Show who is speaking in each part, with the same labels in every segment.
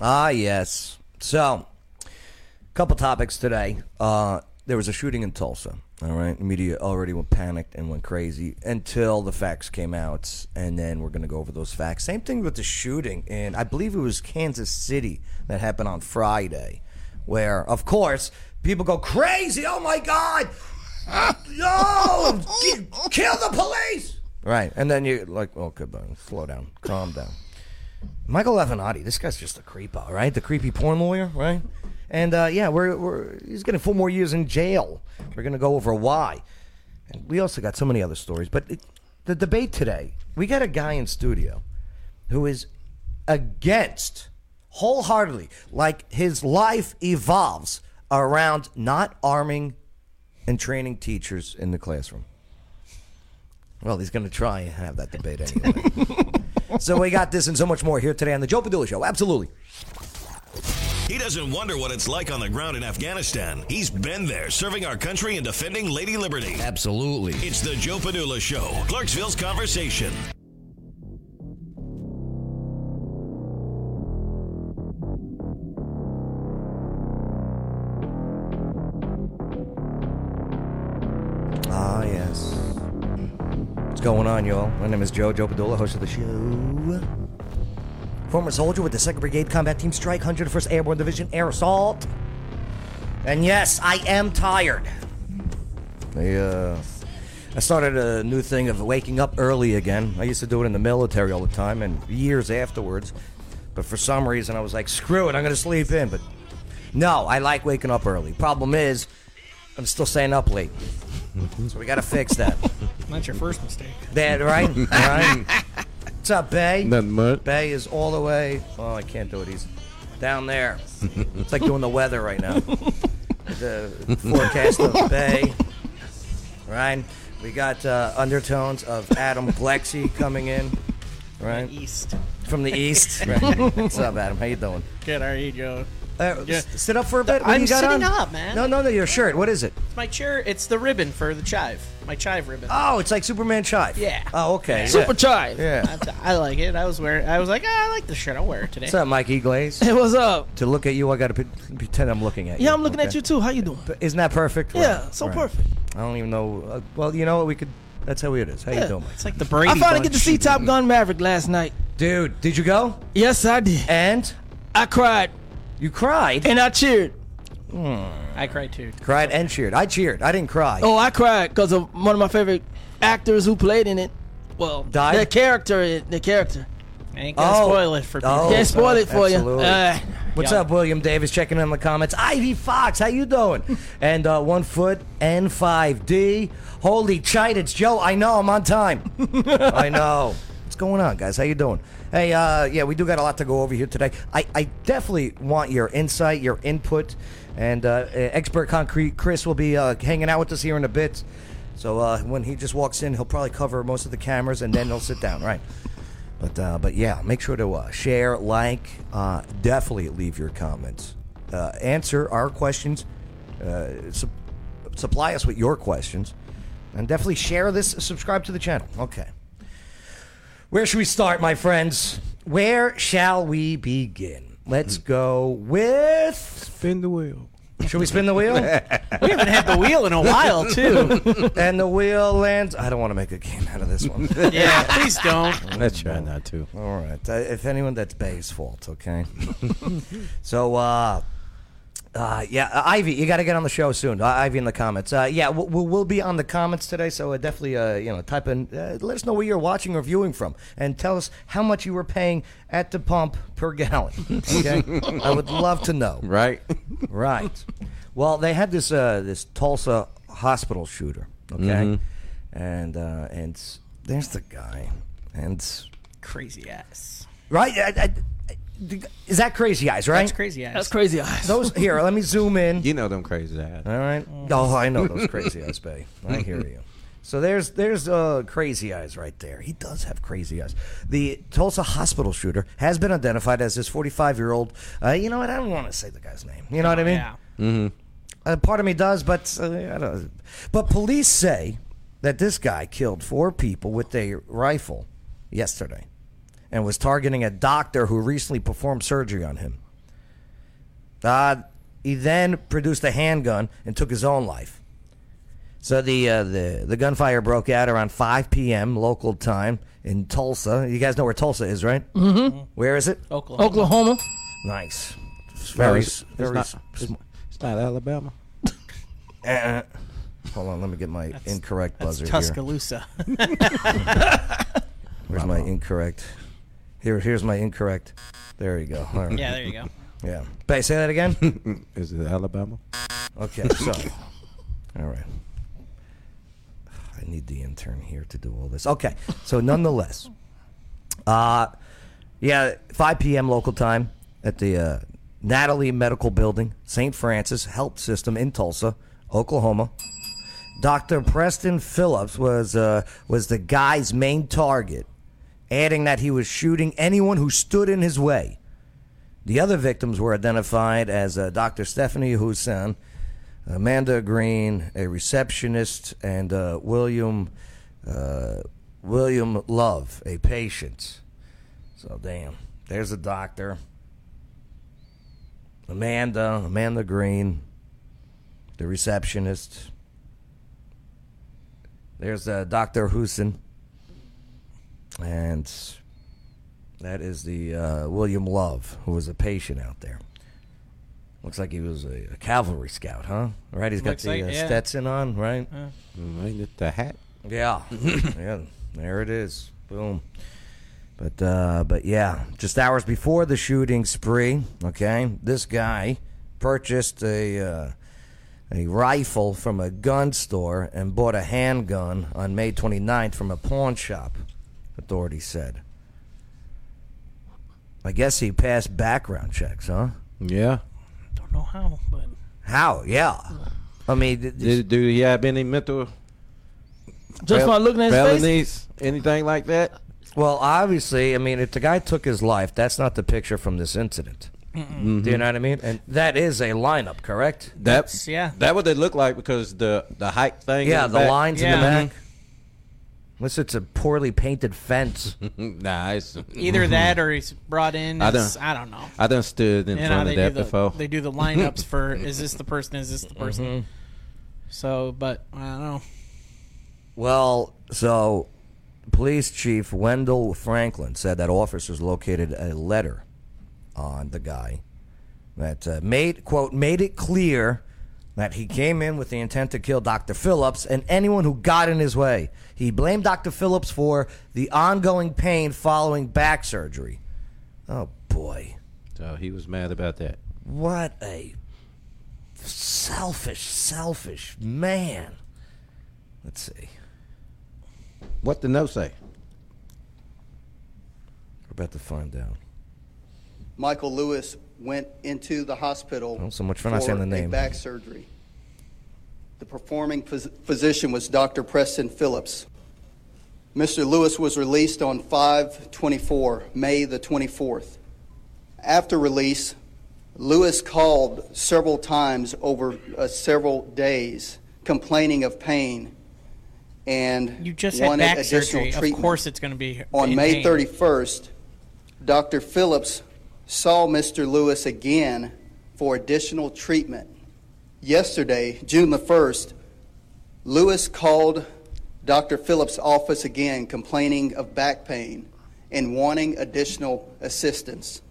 Speaker 1: Ah, yes. So, a couple topics today. Uh, there was a shooting in Tulsa. All right, the media already went panicked and went crazy until the facts came out, and then we're going to go over those facts. Same thing with the shooting in, I believe it was Kansas City that happened on Friday, where, of course, people go crazy. Oh my God! No! Ki- Kill the police! Right, and then you like, well, goodbye. Slow down, calm down. Michael Avenatti, this guy's just a creepo, right? The creepy porn lawyer, right? And uh, yeah, we're, we're he's getting four more years in jail. We're going to go over why. And we also got so many other stories. But it, the debate today, we got a guy in studio who is against wholeheartedly, like his life evolves around not arming and training teachers in the classroom. Well, he's going to try and have that debate anyway. so we got this and so much more here today on the Joe Padula Show. Absolutely.
Speaker 2: He doesn't wonder what it's like on the ground in Afghanistan. He's been there, serving our country and defending Lady Liberty.
Speaker 3: Absolutely.
Speaker 2: It's the Joe Padula Show, Clarksville's conversation.
Speaker 1: Ah, yes. What's going on, y'all? My name is Joe Joe Padula, host of the show. Former soldier with the 2nd Brigade Combat Team Strike, 101st Airborne Division Air Assault. And yes, I am tired. I, uh, I started a new thing of waking up early again. I used to do it in the military all the time and years afterwards. But for some reason, I was like, screw it, I'm going to sleep in. But no, I like waking up early. Problem is, I'm still staying up late. So we got to fix that.
Speaker 4: That's your first mistake.
Speaker 1: That right? right? What's up, Bay?
Speaker 5: Nothing much.
Speaker 1: Bay is all the way. Oh, I can't do it. He's down there. it's like doing the weather right now. the forecast of Bay. Right? We got uh, undertones of Adam Glexi coming in. Right?
Speaker 4: East.
Speaker 1: From the east. Right. What's up, Adam? How you doing?
Speaker 4: Good, how are you, Joe?
Speaker 1: Uh,
Speaker 4: Yeah.
Speaker 1: s- Sit up for a bit. What do
Speaker 4: I'm
Speaker 1: you got on?
Speaker 4: sitting up, man.
Speaker 1: No, no, no. Your shirt. What is it?
Speaker 4: It's my chair. It's the ribbon for the chive. My chive ribbon.
Speaker 1: Oh, it's like Superman chive.
Speaker 4: Yeah.
Speaker 1: Oh, okay.
Speaker 3: Super chive.
Speaker 1: Yeah. yeah.
Speaker 4: I, I like it. I was wearing. I was like, ah, I like the shirt. I'll wear it today.
Speaker 1: What's up, Mikey Glaze?
Speaker 3: Hey, what's up?
Speaker 1: to look at you, I gotta pre- pretend I'm looking at you.
Speaker 3: Yeah, I'm looking at
Speaker 1: okay?
Speaker 3: you too. How you doing?
Speaker 1: Isn't that perfect?
Speaker 3: Yeah,
Speaker 1: Right,
Speaker 3: so
Speaker 1: right.
Speaker 3: perfect.
Speaker 1: I don't even know. Uh, well, you know what? We could. That's how it is. How you
Speaker 3: Yeah.
Speaker 1: doing, Mike?
Speaker 4: It's like the Brady.
Speaker 3: I finally get
Speaker 4: Bunch.
Speaker 3: to see Top Gun Maverick last night.
Speaker 1: Dude, did you go?
Speaker 3: Yes, I did.
Speaker 1: And
Speaker 3: I cried
Speaker 1: you cried. Hmm.
Speaker 3: and I cheered.
Speaker 4: I cried too.
Speaker 1: cried and cheered. I cheered. I didn't cry.
Speaker 3: Oh, I cried because of one of my favorite actors who played in it. Well,
Speaker 1: Died?
Speaker 3: their character, their character.
Speaker 4: I ain't gonna
Speaker 1: Oh.
Speaker 4: spoil it for people.
Speaker 1: Oh.
Speaker 3: yeah, spoil it for
Speaker 1: absolutely.
Speaker 3: you. Uh,
Speaker 1: What's
Speaker 4: yeah.
Speaker 1: up, William Davis? Checking in the comments. Ivy Fox, how you doing? and uh, one foot and five D. Holy chite, it's Joe. I know I'm on time. I know. What's going on, guys? How you doing? Hey, uh, yeah, we do got a lot to go over here today. I, I definitely want your insight, your input, and uh, expert concrete Chris will be uh, hanging out with us here in a bit. So uh, when he just walks in, he'll probably cover most of the cameras, and then he'll sit down, right? But uh, but yeah, make sure to uh, share, like, uh, definitely leave your comments, uh, answer our questions, uh, su- supply us with your questions, and definitely share this. Subscribe to the channel. Okay. Where should we start, my friends? Where shall we begin? Let's
Speaker 4: Hmm.
Speaker 1: go with.
Speaker 5: Spin the wheel.
Speaker 1: Should we spin the wheel?
Speaker 4: We haven't had the wheel in a while too.
Speaker 1: and the wheel lands. I don't want to make a game out of this one.
Speaker 4: yeah, please don't.
Speaker 5: Let's try not to.
Speaker 1: All right. Uh, if anyone, that's Bay's fault, okay? so, uh, uh, yeah, uh, Ivy, you got to get on the show soon. Uh, Ivy in the comments. Uh, yeah, we'll, we'll- we'll be on the comments today, so uh, definitely, uh, you know, type in, uh, let us know where you're watching or viewing from, and tell us how much you were paying at the pump per gallon, okay? I would love to know.
Speaker 5: Right?
Speaker 1: Right. Well, they had this uh, this Tulsa hospital shooter, okay, and uh, and s- there's the guy, and s-
Speaker 4: Crazy ass.
Speaker 1: right? I, I- I- is that crazy eyes? Right?
Speaker 4: That's crazy ass.
Speaker 3: that's crazy eyes.
Speaker 1: Those here. Let me zoom in.
Speaker 5: You know them crazy ass.
Speaker 1: All right.
Speaker 4: Mm.
Speaker 1: Oh, I know those crazy eyes, Bay. I hear you. So there's there's uh, crazy eyes right there. He does have crazy eyes. The Tulsa hospital shooter has been identified as this 45 year old. Uh, you know what? I don't want to say the guy's name. You know what I mean?
Speaker 4: Yeah.
Speaker 1: Uh, part of me does, but uh, I don't. But police say that this guy killed four people with a rifle yesterday, and was targeting a doctor who recently performed surgery on him. Uh, he then produced a handgun and took his own life. So the uh, the the gunfire broke out around 5 p.m. local time in Tulsa. You guys know where Tulsa is, right? Mm-hmm. is it?
Speaker 4: Oklahoma.
Speaker 3: Oklahoma.
Speaker 1: Nice. It's very
Speaker 5: it's, it's
Speaker 1: very.
Speaker 5: not,
Speaker 1: s-
Speaker 5: it's, it's not Alabama.
Speaker 1: eh. Hold on, let me get my incorrect buzzer here.
Speaker 4: Tuscaloosa.
Speaker 1: Where's my incorrect? Here, here's my incorrect. There you go. All right.
Speaker 4: yeah, there you go.
Speaker 1: Yeah. Bay, say that again.
Speaker 5: Is it Alabama?
Speaker 1: Okay, so. all right. I need the intern here to do all this. Okay, so nonetheless, uh, yeah, 5 p.m. local time at the uh, Natalie Medical Building, St. Francis Health System in Tulsa, Oklahoma. Dr. Preston Phillips was uh, was the guy's main target, adding that he was shooting anyone who stood in his way. The other victims were identified as uh, Dr. Stephanie Hussein, Amanda Green, a receptionist, and uh, William uh, William Love, a patient. So damn, there's a doctor. Amanda, Amanda Green, the receptionist. There's uh, Dr. Hussein. And that is the uh, William Love, who was a patient out there. Looks like he was a, a cavalry scout, huh? Right? He's got
Speaker 4: Looks
Speaker 1: the
Speaker 4: like,
Speaker 1: uh,
Speaker 4: yeah.
Speaker 1: Stetson on, right?
Speaker 5: Mm, Ain't it the hat?
Speaker 1: Yeah, yeah. There it is. Boom. But uh, but yeah, just hours before the shooting spree, okay, this guy purchased a uh, a rifle from a gun store and bought a handgun on May 29th from a pawn shop. Authorities said. I guess he passed background checks, huh?
Speaker 5: Yeah.
Speaker 4: Don't know how, but
Speaker 1: How? Yeah. I mean, th- th-
Speaker 5: Did, do he have any mental
Speaker 3: Just
Speaker 5: fel-
Speaker 3: by looking at his face.
Speaker 5: felonies? Anything like that?
Speaker 1: Well, obviously, I mean, if the guy took his life, that's not the picture from this incident. Do you know what I mean? And that is a lineup, correct?
Speaker 5: That's
Speaker 4: yeah.
Speaker 5: That what they look like because the the height thing.
Speaker 1: Yeah,
Speaker 5: in
Speaker 1: the
Speaker 5: back-
Speaker 1: lines in the
Speaker 4: Yeah.
Speaker 1: back. Unless it's a poorly painted fence.
Speaker 5: Nah, it's,
Speaker 4: either that or he's brought in.
Speaker 5: Mm-hmm. I
Speaker 4: as-
Speaker 5: don't-
Speaker 4: I don't know.
Speaker 5: I done stood in
Speaker 4: You know,
Speaker 5: front
Speaker 4: they
Speaker 5: of
Speaker 4: do,
Speaker 5: that
Speaker 4: the,
Speaker 5: before. Mm-hmm.
Speaker 4: they do the lineups for is this the person, is this the person. So, but I don't know.
Speaker 1: Well, so police chief Wendell Franklin said that officers located a letter on the guy that uh, made quote made it clear that he came in with the intent to kill Dr. Phillips and anyone who got in his way. He blamed Dr. Phillips for the ongoing pain following back surgery. Oh boy.
Speaker 5: Mm-hmm. so he was mad about that.
Speaker 1: What a selfish, selfish man. Let's see.
Speaker 5: What the note say?
Speaker 1: We're about to find out.
Speaker 6: Michael Lewis went into the hospital
Speaker 1: Well, so much for not
Speaker 6: for
Speaker 1: saying the
Speaker 6: a
Speaker 1: name.
Speaker 6: back surgery. The performing phys- physician was Dr. Preston Phillips. Mr. Lewis was released on 524, May the 24th. After release, Lewis called several times over uh, several days complaining of pain and
Speaker 4: You just had
Speaker 6: wanted
Speaker 4: back
Speaker 6: additional
Speaker 4: surgery.
Speaker 6: treatment.
Speaker 4: Of course, it's going to be
Speaker 6: On
Speaker 4: in
Speaker 6: May
Speaker 4: pain.
Speaker 6: 31st, Dr. Phillips saw Mr. Lewis again for additional treatment. Yesterday, June the 1st, Lewis called Dr. Phillips' office again complaining of back pain and wanting additional assistance.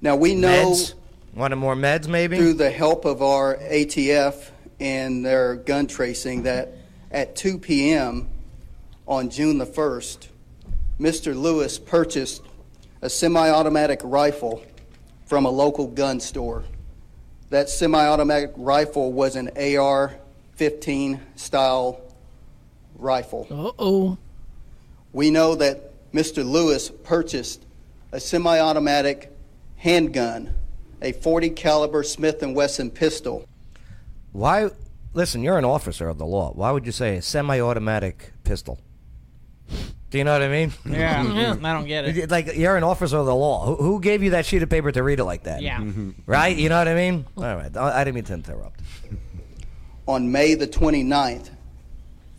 Speaker 6: Now, we know
Speaker 1: Meds? Wanted more meds, maybe?
Speaker 6: through the help of our ATF and their gun tracing that at 2 p.m. on June the 1st, Mr. Lewis purchased a semi automatic rifle from a local gun store. That semi automatic rifle was an AR 15 style rifle.
Speaker 3: Uh oh.
Speaker 6: We know that Mr. Lewis purchased a semi-automatic handgun, a 40 caliber Smith and Wesson pistol.
Speaker 1: Why? Listen, you're an officer of the law. Why would you say a semi-automatic pistol? Do you know what I mean?
Speaker 4: Yeah, I don't get it.
Speaker 1: Like you're an officer of the law. Who, who gave you that sheet of paper to read it like that?
Speaker 4: Yeah.
Speaker 1: Right? You know what I mean? All right. I I didn't mean to interrupt.
Speaker 6: on May the 29th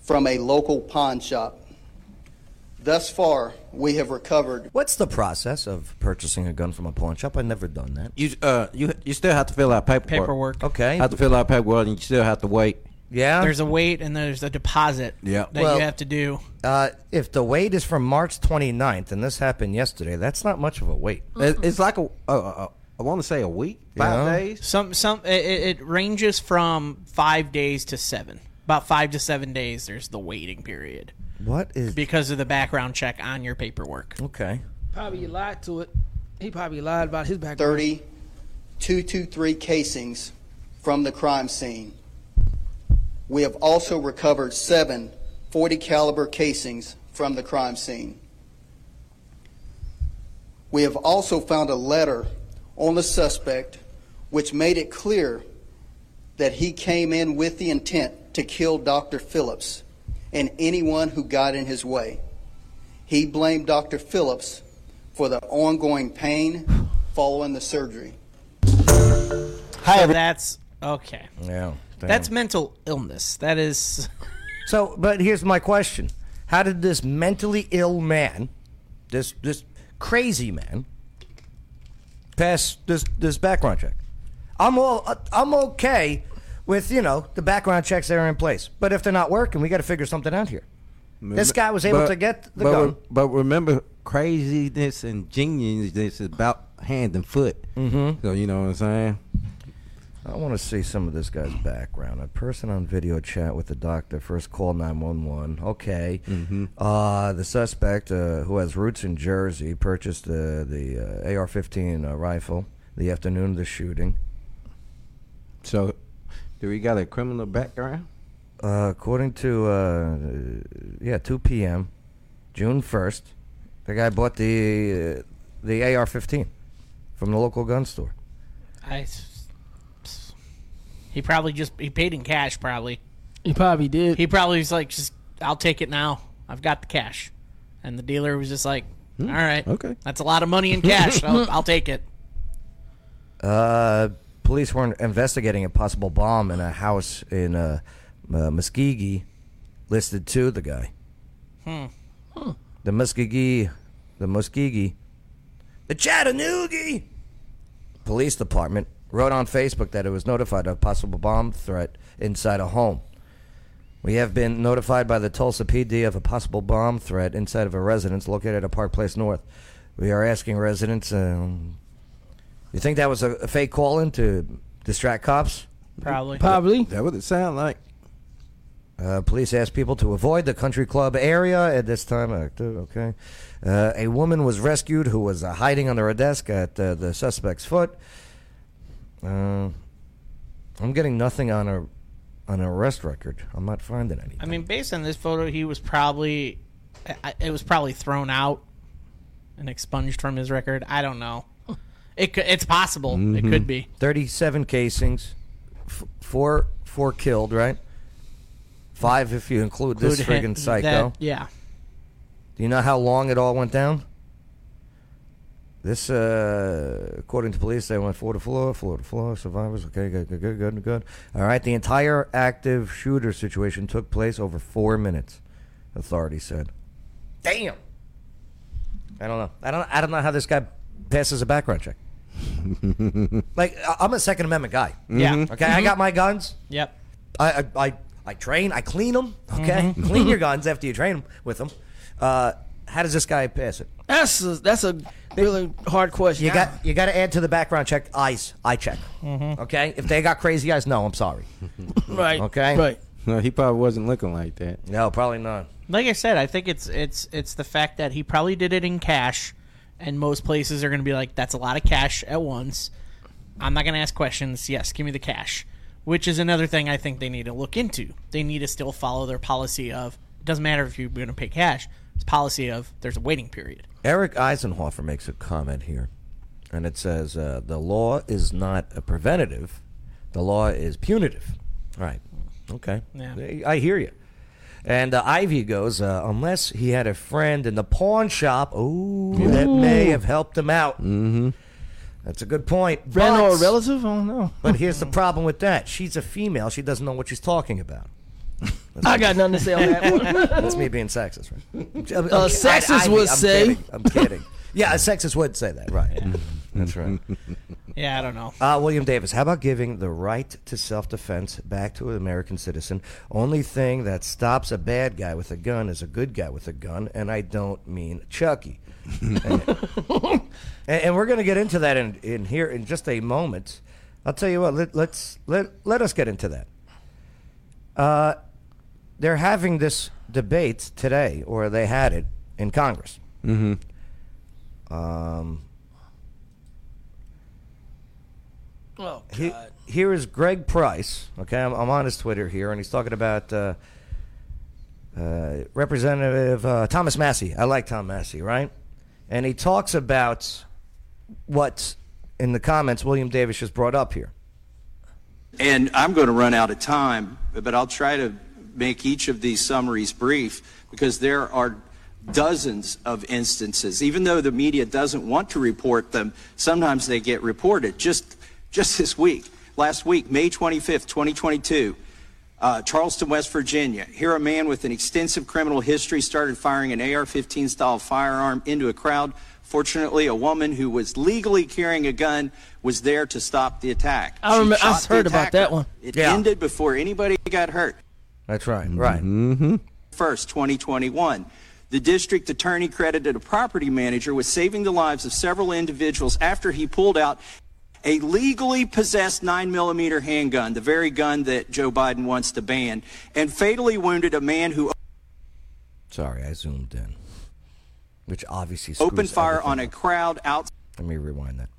Speaker 6: from a local pawn shop. Thus far, we have recovered.
Speaker 1: What's the process of purchasing a gun from a pawn shop? I've never done that.
Speaker 5: You uh you you still have to fill out paperwork.
Speaker 4: Paperwork.
Speaker 1: Okay.
Speaker 5: Have to fill out paperwork, and you still have to wait.
Speaker 1: yeah.
Speaker 4: There's a wait and there's a deposit
Speaker 5: Yeah.
Speaker 4: that
Speaker 1: Well-
Speaker 4: you have to do.
Speaker 1: uh, if the wait is from March 29th, and this happened yesterday, that's not much of a wait.
Speaker 5: It- It's like a uh, uh, I want to say a week, five
Speaker 1: Yeah.
Speaker 5: days.
Speaker 4: Some some it- it, it ranges from five days to seven. About five to seven days. There's the waiting period
Speaker 1: What is?
Speaker 4: because of the background check on your paperwork.
Speaker 1: okay.
Speaker 3: Probably lied to it. He probably lied about his background.
Speaker 6: 30, 223 casings from the crime scene. We have also recovered seven 40 caliber casings from the crime scene. We have also found a letter on the suspect which made it clear that he came in with the intent to kill Dr. Phillips and anyone who got in his way. He blamed Dr. Phillips for the ongoing pain following the surgery.
Speaker 4: Hi, so that's okay.
Speaker 1: Yeah. damn.
Speaker 4: That's mental illness. That is
Speaker 1: so. But here's my question: How did this mentally ill man, this this crazy man, pass this this background check? I'm all uh, I'm okay with you know the background checks that are in place, but if they're not working, we got to figure something out here. This guy was able
Speaker 5: But-
Speaker 1: to get the
Speaker 5: but,
Speaker 1: gun.
Speaker 5: But remember, craziness and geniusness is about hand and foot. Mm-hmm. So you know what I'm saying?
Speaker 1: I want to see some of this guy's background. A person on video chat with the doctor. First call 911. Okay. Uh, the suspect, uh, who has roots in Jersey, purchased uh, the uh, AR 15 uh, rifle the afternoon of the shooting.
Speaker 5: So, do we got a criminal background?
Speaker 1: Uh, according to, uh, yeah, 2 p.m., June 1st, the guy bought the, uh, the AR 15 from the local gun store.
Speaker 4: I He probably just he paid in cash probably.
Speaker 3: He probably did.
Speaker 4: He probably was like just I'll take it now. I've got the cash. And the dealer was just like,
Speaker 1: Hmm.
Speaker 4: "All right.
Speaker 5: okay.
Speaker 4: That's a lot of money in cash. I'll, I'll take it."
Speaker 1: Uh, police were investigating a possible bomb in a house in uh, uh, Muskegee, listed to the guy. Hmm. The Muskegee, the Muskegee, the Chattanooga Police Department wrote on Facebook that it was notified of a possible bomb threat inside a home. We have been notified by the Tulsa PD of a possible bomb threat inside of a residence located at Park Place North. We are asking residents um, you think that was a, a fake call in to distract cops?
Speaker 4: Probably.
Speaker 3: Probably.
Speaker 5: That what it sound like?
Speaker 1: Uh, police asked people to avoid the country club area at this time. Uh, Okay. Uh, a woman was rescued who was uh, hiding under a desk at uh, the suspect's foot. Uh, I'm getting nothing on a on a arrest record. I'm not finding anything.
Speaker 4: I mean, based on this photo, he was probably I- I- it was probably thrown out and expunged from his record. I don't know. It cou- it's possible.
Speaker 1: Mm-hmm.
Speaker 4: It could be.
Speaker 1: 37 casings, f- four four killed, right? Five if you include this
Speaker 4: Could ha-
Speaker 1: friggin'
Speaker 4: that-
Speaker 1: psycho.
Speaker 4: yeah.
Speaker 1: Do you know how long it all went down? This, uh, according to police, they went floor to floor, floor to floor. Survivors, okay, good, good, good, good, good. All right, the entire active shooter situation took place over four minutes. Authorities said. Damn. I don't know. I don't. I don't know how this guy passes a background check. like I- I'm a Second Amendment guy.
Speaker 4: Yeah.
Speaker 1: Okay, I got my guns.
Speaker 4: Yep.
Speaker 1: I I, I, I train. I clean them. Okay,
Speaker 3: Mm-hmm.
Speaker 1: clean your guns after you train 'em with them. Uh, how does this guy pass it?
Speaker 3: That's a, that's a really hard question.
Speaker 1: You got you got to add to the background check eyes. Eye check.
Speaker 3: Mm-hmm.
Speaker 1: Okay, if they got crazy eyes, no, I'm sorry.
Speaker 3: right.
Speaker 1: Okay.
Speaker 3: Right.
Speaker 5: No, he probably wasn't looking like that.
Speaker 1: No, probably not.
Speaker 4: Like I said, I think it's it's it's the fact that he probably did it in cash, and most places are going to be like, "That's a lot of cash at once." I'm not going to ask questions. Yes, give me the cash. Which is another thing I think they need to look into. They need to still follow their policy of it doesn't matter if you're going to pay cash. It's policy of there's a waiting period.
Speaker 1: Eric Eisenhofer makes a comment here, and it says uh, the law is not a preventative, the law is punitive. Right. Okay.
Speaker 4: Yeah.
Speaker 1: I hear you. And uh, Ivy goes, uh, unless he had a friend in the pawn shop, oh, that may have helped him out. Mm-hmm. That's a good point.
Speaker 3: Friend or
Speaker 1: but-
Speaker 3: relative? I don't know.
Speaker 1: but here's the problem with that. She's a female. She doesn't know what she's talking about. That's,
Speaker 3: I got nothing to say on that one.
Speaker 1: that's me being sexist, right? I'm ki- I'm ki-
Speaker 3: sexist
Speaker 1: I- I-
Speaker 3: would
Speaker 1: I'm
Speaker 3: say-
Speaker 1: kidding. I'm kidding. Yeah, a sexist would say that, right? That's right.
Speaker 4: Yeah, I don't know.
Speaker 1: Uh, William Davis, how about giving the right to self defense back to an American citizen? Only thing that stops a bad guy with a gun is a good guy with a gun, and I don't mean Chucky. and, and we're going to get into that in, in here in just a moment. I'll tell you what. Let, let's let let us get into that. Uh, they're having this debate today, or they had it in Congress. Mm-hmm. Um,
Speaker 3: Oh,
Speaker 1: he- here is Greg Price. Okay, I'm, I'm on his Twitter here, and he's talking about. Uh, uh, Representative uh, Thomas Massey. I like Tom Massey, right? And he talks about what in the comments William Davis just brought up here.
Speaker 7: And I'm going to run out of time, but I'll try to make each of these summaries brief because there are dozens of instances. Even though the media doesn't want to report them, sometimes they get reported. Just, just this week, last week, May 25th, 2022, uh, Charleston, West Virginia. Here, a man with an extensive criminal history started firing an AR 15 style firearm into a crowd. Fortunately, a woman who was legally carrying a gun was there to stop the attack.
Speaker 3: I
Speaker 7: She
Speaker 3: remember- I
Speaker 7: shot the
Speaker 3: heard about
Speaker 7: attacker.
Speaker 3: that one.
Speaker 7: It
Speaker 1: Yeah.
Speaker 7: ended before anybody got hurt.
Speaker 1: That's right, right.
Speaker 7: 1st, 2021. The district attorney credited a property manager with saving the lives of several individuals after he pulled out a legally possessed 9mm handgun, the very gun that Joe Biden wants to ban, and fatally wounded a man who
Speaker 1: Sorry, I zoomed in, which obviously screws
Speaker 7: opened fire on a
Speaker 1: everything
Speaker 7: crowd outside.
Speaker 1: up. Let me rewind that.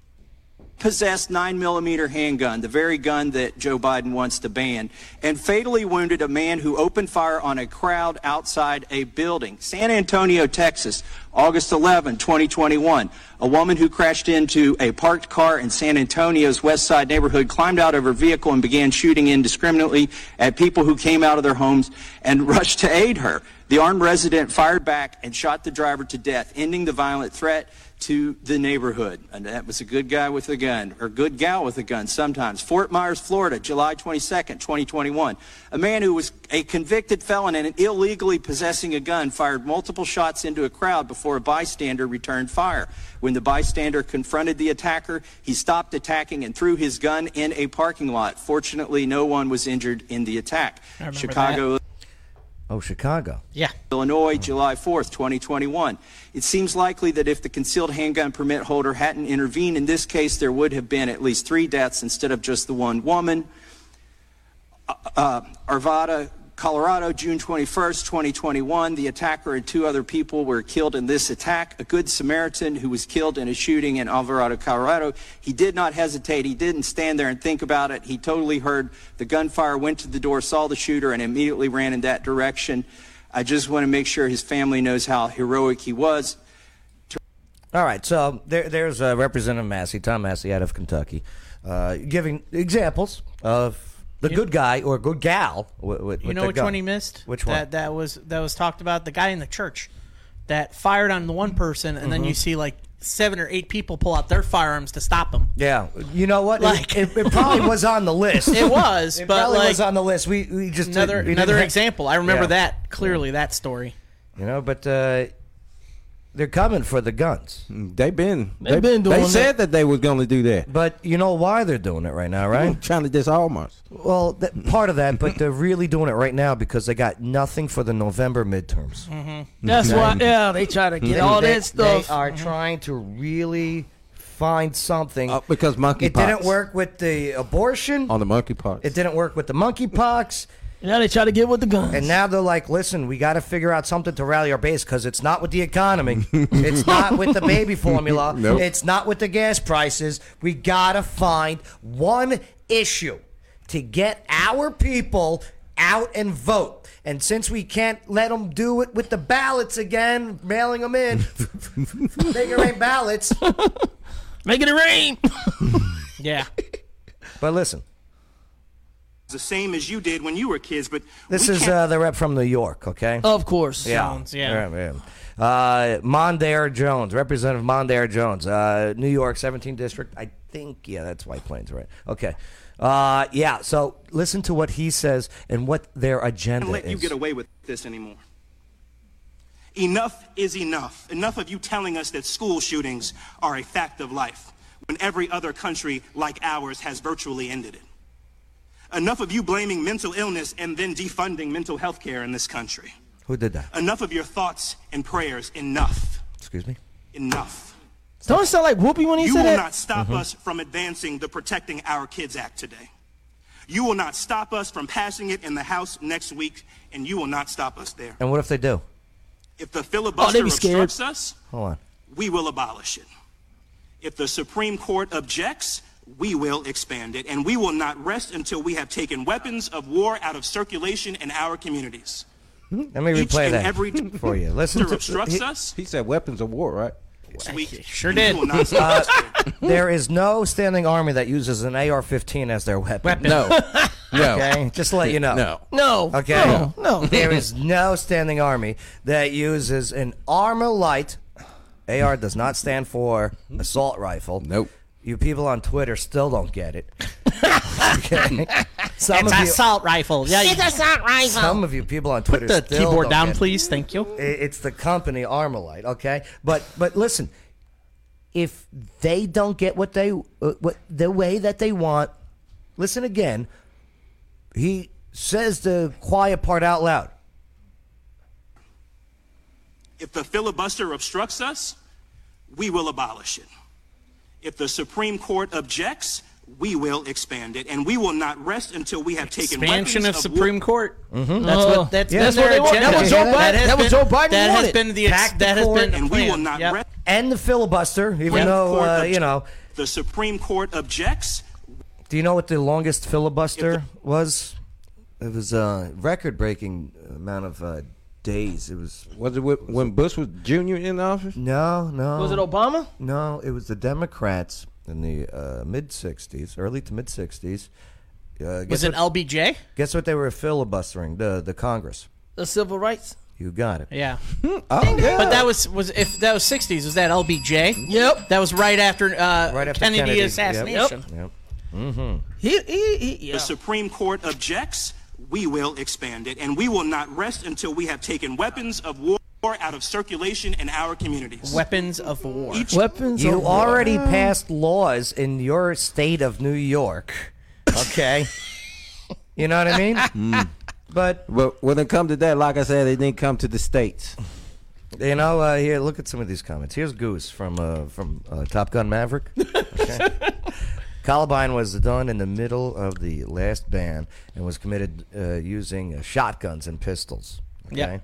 Speaker 7: possessed 9mm handgun, the very gun that Joe Biden wants to ban, and fatally wounded a man who opened fire on a crowd outside a building. San Antonio, Texas, August 11, 2021. A woman who crashed into a parked car in San Antonio's West Side neighborhood climbed out of her vehicle and began shooting indiscriminately at people who came out of their homes and rushed to aid her. The armed resident fired back and shot the driver to death, ending the violent threat to the neighborhood. And that was a good guy with a gun, or good gal with a gun sometimes. Fort Myers, Florida, July 22nd, 2021. A man who was a convicted felon and illegally possessing a gun fired multiple shots into a crowd before a bystander returned fire. When the bystander confronted the attacker, he stopped attacking and threw his gun in a parking lot. Fortunately, no one was injured in the attack.
Speaker 4: remember
Speaker 7: Chicago,
Speaker 1: Oh, Chicago.
Speaker 4: Yeah.
Speaker 7: Illinois, July 4th, 2021. It seems likely that if the concealed handgun permit holder hadn't intervened in this case, there would have been at least three deaths instead of just the one woman. Uh, Arvada, Colorado, June 21st, 2021. The attacker and two other people were killed in this attack. A good Samaritan who was killed in a shooting in Alvarado, Colorado. He did not hesitate. He didn't stand there and think about it. He totally heard the gunfire, went to the door, saw the shooter, and immediately ran in that direction. I just want to make sure his family knows how heroic he was.
Speaker 1: All right, so there, there's uh, Representative Massey, Tom Massey out of Kentucky, uh, giving examples of the good guy or good gal. With, with,
Speaker 4: You know which one he missed?
Speaker 1: Which one?
Speaker 4: That that was that was talked about. The guy in the church that fired on the one person, and
Speaker 1: Mm-hmm.
Speaker 4: then you see like seven or eight people pull out their firearms to stop him.
Speaker 1: Yeah, you know what? It-
Speaker 4: Like-
Speaker 1: it, it probably was on the list.
Speaker 4: It was,
Speaker 1: It
Speaker 4: but
Speaker 1: probably
Speaker 4: like
Speaker 1: was on the list. We we just
Speaker 4: another
Speaker 1: didn't- we didn't
Speaker 4: another
Speaker 1: have-
Speaker 4: example. I remember
Speaker 1: Yeah.
Speaker 4: that clearly. That story.
Speaker 1: You know, but uh, they're coming for the guns.
Speaker 5: Mm, They been
Speaker 3: They been
Speaker 5: They
Speaker 3: doing
Speaker 5: said that they was gonna do that.
Speaker 1: But you know why they're doing it right now, right?
Speaker 5: I'm trying to disarm us.
Speaker 1: Well, that, part of that, but they're really doing it right now because they got nothing for the November midterms.
Speaker 4: Mm.
Speaker 3: Mm-hmm. That's why, yeah, Hmm. they try to get all
Speaker 1: They-
Speaker 3: that stuff.
Speaker 1: They are trying to really find something.
Speaker 5: Uh, because monkeypox.
Speaker 1: it didn't work with the abortion.
Speaker 5: on the monkeypox.
Speaker 1: It didn't work with the monkeypox.
Speaker 3: Now they try to get with the guns.
Speaker 1: And now they're like, listen, we got to figure out something to rally our base because it's not with the economy. it's not with the baby formula.
Speaker 5: Nope.
Speaker 1: It's not with the gas prices. We got to find one issue to get our people out and vote. And since we can't let them do it with the ballots again, mailing them in, figure eight ballots.
Speaker 3: Making it rain.
Speaker 4: Yeah.
Speaker 1: But listen,
Speaker 8: the same as you did when you were kids, but
Speaker 1: this
Speaker 8: we
Speaker 1: is
Speaker 8: can't
Speaker 1: uh, the rep from New York, okay?
Speaker 3: of course.
Speaker 4: Jones, yeah.
Speaker 1: yeah. yeah. Uh, Mondaire Jones, Representative Mondaire Jones, uh, New York 17th District. I think, yeah, that's White Plains, right? Okay. Uh, yeah. So listen to what he says and what their agenda
Speaker 8: and let
Speaker 1: is.
Speaker 8: you get away with this anymore. Enough is enough. Enough of you telling us that school shootings are a fact of life when every other country like ours has virtually ended it. Enough of you blaming mental illness and then defunding mental health care in this country.
Speaker 1: Who did that?
Speaker 8: Enough of your thoughts and prayers. Enough.
Speaker 1: Excuse me.
Speaker 8: Enough.
Speaker 3: Don't it sound like Whoopi when he
Speaker 8: You
Speaker 3: said Mm-hmm.
Speaker 8: will
Speaker 3: that?
Speaker 8: not stop us from advancing the Protecting Our Kids Act today. You will not stop us from passing it in the House next week, and you will not stop us there.
Speaker 1: And what if they do?
Speaker 8: If the filibuster
Speaker 3: Oh, they be scared.
Speaker 8: obstructs us,
Speaker 1: Hold on.
Speaker 8: we will abolish it. If the Supreme Court objects, we will expand it, and we will not rest until we have taken weapons of war out of circulation in our communities.
Speaker 1: Let me
Speaker 8: Each
Speaker 1: replay
Speaker 8: and
Speaker 1: that
Speaker 8: every
Speaker 1: for you. Listen
Speaker 8: Filibuster
Speaker 1: to
Speaker 8: obstructs us.
Speaker 5: He said weapons of war, right?
Speaker 8: Next week,
Speaker 4: Sure
Speaker 8: and
Speaker 4: did. Uh,
Speaker 8: You will not stop us there.
Speaker 1: Uh, There is no standing army that uses an AR-15 as their weapon.
Speaker 4: Weapon.
Speaker 5: No, no,
Speaker 1: Okay, just to let you know.
Speaker 5: no.
Speaker 3: No.
Speaker 1: Okay.
Speaker 3: No. no.
Speaker 1: there is no standing army that uses an armor light. AR does not stand for assault rifle.
Speaker 5: Nope.
Speaker 1: You people on Twitter still don't get it. okay. Some of
Speaker 4: It's an
Speaker 1: you,
Speaker 4: assault rifle. Yeah, you
Speaker 1: some of you people on Twitter
Speaker 4: put the
Speaker 1: still
Speaker 4: keyboard
Speaker 1: don't
Speaker 4: down,
Speaker 1: get it.
Speaker 4: please. Thank you.
Speaker 1: I- It's the company Armalite, okay? But but listen, if they don't get what they uh, what the way that they want, listen again. He says the quiet part out loud.
Speaker 8: If the filibuster obstructs us, we will abolish it. If the Supreme Court objects, we will expand it, and we will not rest until we have taken
Speaker 4: Expansion of
Speaker 8: weapons of
Speaker 4: Supreme
Speaker 8: war-
Speaker 4: Court.
Speaker 1: Mm-hmm.
Speaker 4: That's
Speaker 3: Uh,
Speaker 4: what. That's,
Speaker 1: Yeah,
Speaker 4: been
Speaker 1: Hmm, that's
Speaker 4: their
Speaker 1: what they want. That
Speaker 4: agenda.
Speaker 1: was Joe Biden-
Speaker 4: has
Speaker 3: that was
Speaker 4: been-
Speaker 3: Joe Biden
Speaker 4: That has
Speaker 3: wanted.
Speaker 4: been the ex- that has
Speaker 1: Tactical
Speaker 4: been the
Speaker 8: and we will
Speaker 4: plan.
Speaker 8: not
Speaker 4: Yep.
Speaker 8: rest.
Speaker 1: End the filibuster, even
Speaker 8: Supreme
Speaker 1: though
Speaker 8: Court
Speaker 1: uh,
Speaker 8: obj-
Speaker 1: you know.
Speaker 8: The Supreme Court objects.
Speaker 1: Do you know what the longest filibuster was? It was a record-breaking amount of uh, days. It was
Speaker 5: Was it wh- when Bush was junior in office?
Speaker 1: no, no.
Speaker 3: Was it Obama?
Speaker 1: No, it was the Democrats in the uh, mid '60s, early to mid '60s. Uh, guess,
Speaker 4: Was it LBJ?
Speaker 1: guess what they were filibustering? The the Congress.
Speaker 3: The civil rights?
Speaker 1: You got it.
Speaker 4: Yeah.
Speaker 5: Oh yeah.
Speaker 4: But that was was if that was 60s. Was that LBJ?
Speaker 3: Yep.
Speaker 4: That was right after uh,
Speaker 1: Right after
Speaker 4: Kennedy,
Speaker 1: Kennedy. Yep.
Speaker 4: assassination.
Speaker 1: Yep. Mm-hmm.
Speaker 3: He, he, he, yeah.
Speaker 8: The Supreme Court objects. We will expand it, and we will not rest until we have taken weapons of war out of circulation in our communities.
Speaker 4: Weapons of war.
Speaker 8: Each
Speaker 3: Weapons
Speaker 1: You
Speaker 3: of war.
Speaker 1: already passed laws in your state of New York. Okay. you know what I mean? But
Speaker 5: But Hmm. when it comes to that, like I said, it didn't come to the states.
Speaker 1: you know, uh, here look at some of these comments. Here's Goose from uh, from uh, Top Gun Maverick. Okay. Columbine was done in the middle of the last ban and was committed uh, using uh, shotguns and pistols. Okay.
Speaker 4: Yep.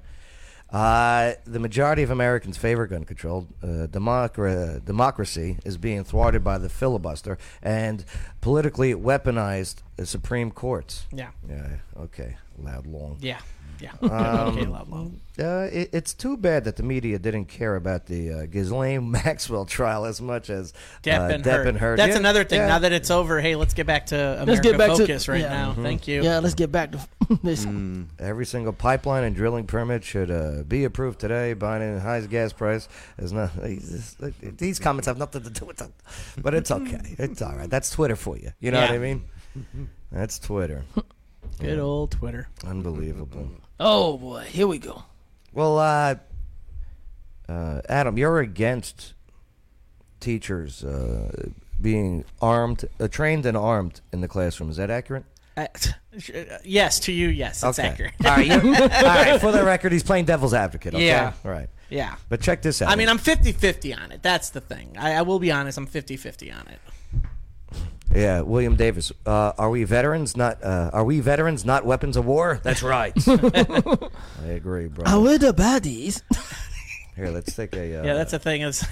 Speaker 1: Uh, the majority of Americans favor gun control. Uh, democra- democracy is being thwarted by the filibuster and politically weaponized uh, Supreme Courts.
Speaker 4: Yeah.
Speaker 1: Yeah. Okay. Loud, long. Um,
Speaker 4: Yeah. Yeah. okay, loud, loud.
Speaker 1: Uh, it, it's too bad that the media didn't care about the uh, Ghislaine Maxwell trial as much as
Speaker 4: Depp
Speaker 1: uh,
Speaker 4: and
Speaker 1: Depp
Speaker 4: Heard.
Speaker 1: and Heard.
Speaker 4: That's
Speaker 1: Yeah,
Speaker 4: another thing.
Speaker 1: yeah.
Speaker 4: Now that it's over, hey, let's get back to America
Speaker 3: Let's get back to-
Speaker 4: Focus right
Speaker 3: yeah.
Speaker 4: now.
Speaker 1: Mm-hmm.
Speaker 4: Thank you.
Speaker 3: Yeah, let's get back to this.
Speaker 1: Mm. Every single pipeline and drilling permit should uh, be approved today. Biden highest gas price is not. These, these comments have nothing to do with that, but it's okay. It's all right. That's Twitter for you. You know what
Speaker 4: Yeah.
Speaker 1: I mean? That's Twitter.
Speaker 4: Good old Twitter.
Speaker 1: Unbelievable.
Speaker 3: Oh, boy. Here we go.
Speaker 1: Well, uh, uh, Adam, you're against teachers uh, being armed, uh, trained and armed in the classroom. Is that accurate?
Speaker 4: Uh, yes, to you, yes, it's accurate.
Speaker 1: All right, you're- all right. For the record, he's playing devil's advocate. Okay?
Speaker 4: Yeah.
Speaker 1: All right.
Speaker 4: Yeah.
Speaker 1: But check this out.
Speaker 4: I mean, I'm 50 50 on it. That's the thing. I, I will be honest, I'm 50 50 on it.
Speaker 1: Yeah, William Davis. Uh, are we veterans? Not uh, are we veterans? Not weapons of war. That's right. I agree, bro.
Speaker 3: Are we the baddies?
Speaker 1: Here, let's take a. Uh,
Speaker 4: Yeah, that's the thing. Is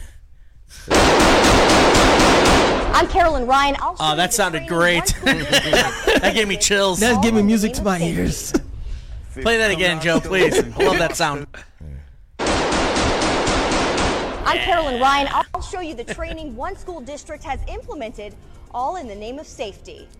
Speaker 9: I'm Carolyn Ryan. I'll
Speaker 4: Oh, that sounded great. That gave me chills.
Speaker 3: That's giving music to my ears.
Speaker 4: Play that again, Joe, please. I love that sound.
Speaker 9: I'm Carolyn Ryan. I'll show you the training one school district has implemented, all in the name of safety.
Speaker 10: if,